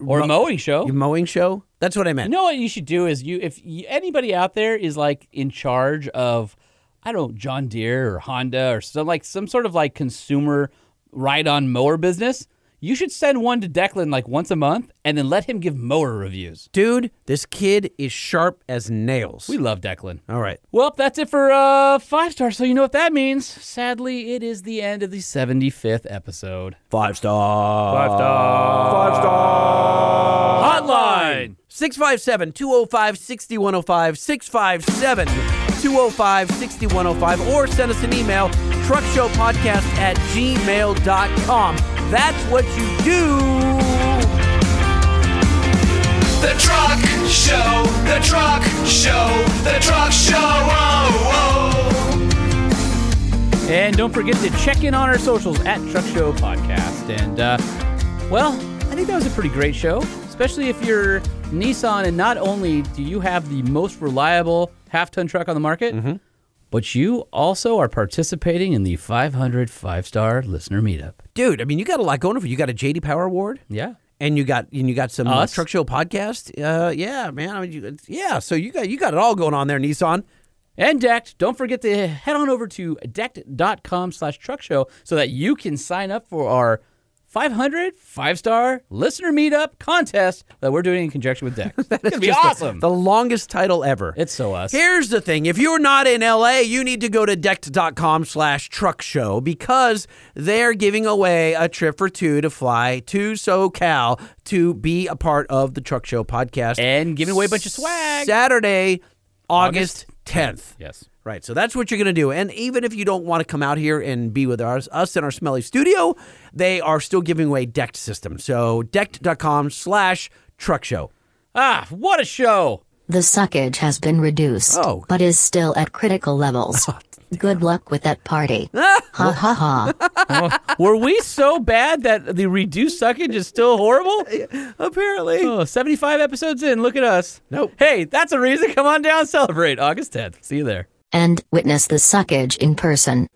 or a mowing show. Mowing show. That's what I meant. You know what you should do is you if you, anybody out there is like in charge of I don't know, John Deere or Honda or some like some sort of like consumer ride-on mower business, you should send one to Declan like once a month and then let him give mower reviews. Dude, this kid is sharp as nails. We love Declan. All right. Well, that's it for uh, five stars. So you know what that means. Sadly, it is the end of the 75th episode. Five star. Five star. Five star. Hotline. 657 205 6105. 657 205 6105. Or send us an email, truckshowpodcast at gmail.com. That's what you do. The truck show, the truck show, the truck show. Oh, oh. And don't forget to check in on our socials at Truck Show Podcast. And, uh, well, I think that was a pretty great show, especially if you're Nissan and not only do you have the most reliable half ton truck on the market, Mm-hmm. but you also are participating in the 500 five star listener meetup. Dude, I mean, you got a lot going for you. You got a JD Power Award. Yeah. And you got and you got some uh, Us? truck show podcast. Uh, yeah, man. I mean, you, yeah. So you got you got it all going on there, Nissan. And Decked, don't forget to head on over to decked.com slash truck show so that you can sign up for our 500 five star listener meetup contest that we're doing in conjunction with Decked. It's going to be Just the- awesome. The, longest title ever. It's so us. Here's the thing. If you're not in LA, you need to go to decked.com slash truck show because they're giving away a trip for two to fly to SoCal to be a part of the truck show podcast. And giving away a bunch of swag. Saturday, August, 10th. Yes. Right. So that's what you're going to do. And even if you don't want to come out here and be with us, us in our smelly studio, they are still giving away decked system. So decked.com slash truck show. Ah, what a show. The suckage has been reduced, Oh. but is still at critical levels. Good luck with that party. ha ha ha. Were we so bad that the reduced suckage is still horrible? Apparently. Oh, 75 episodes in. Look at us. Nope. Hey, that's a reason. Come on down, celebrate August 10th. See you there. And witness the suckage in person.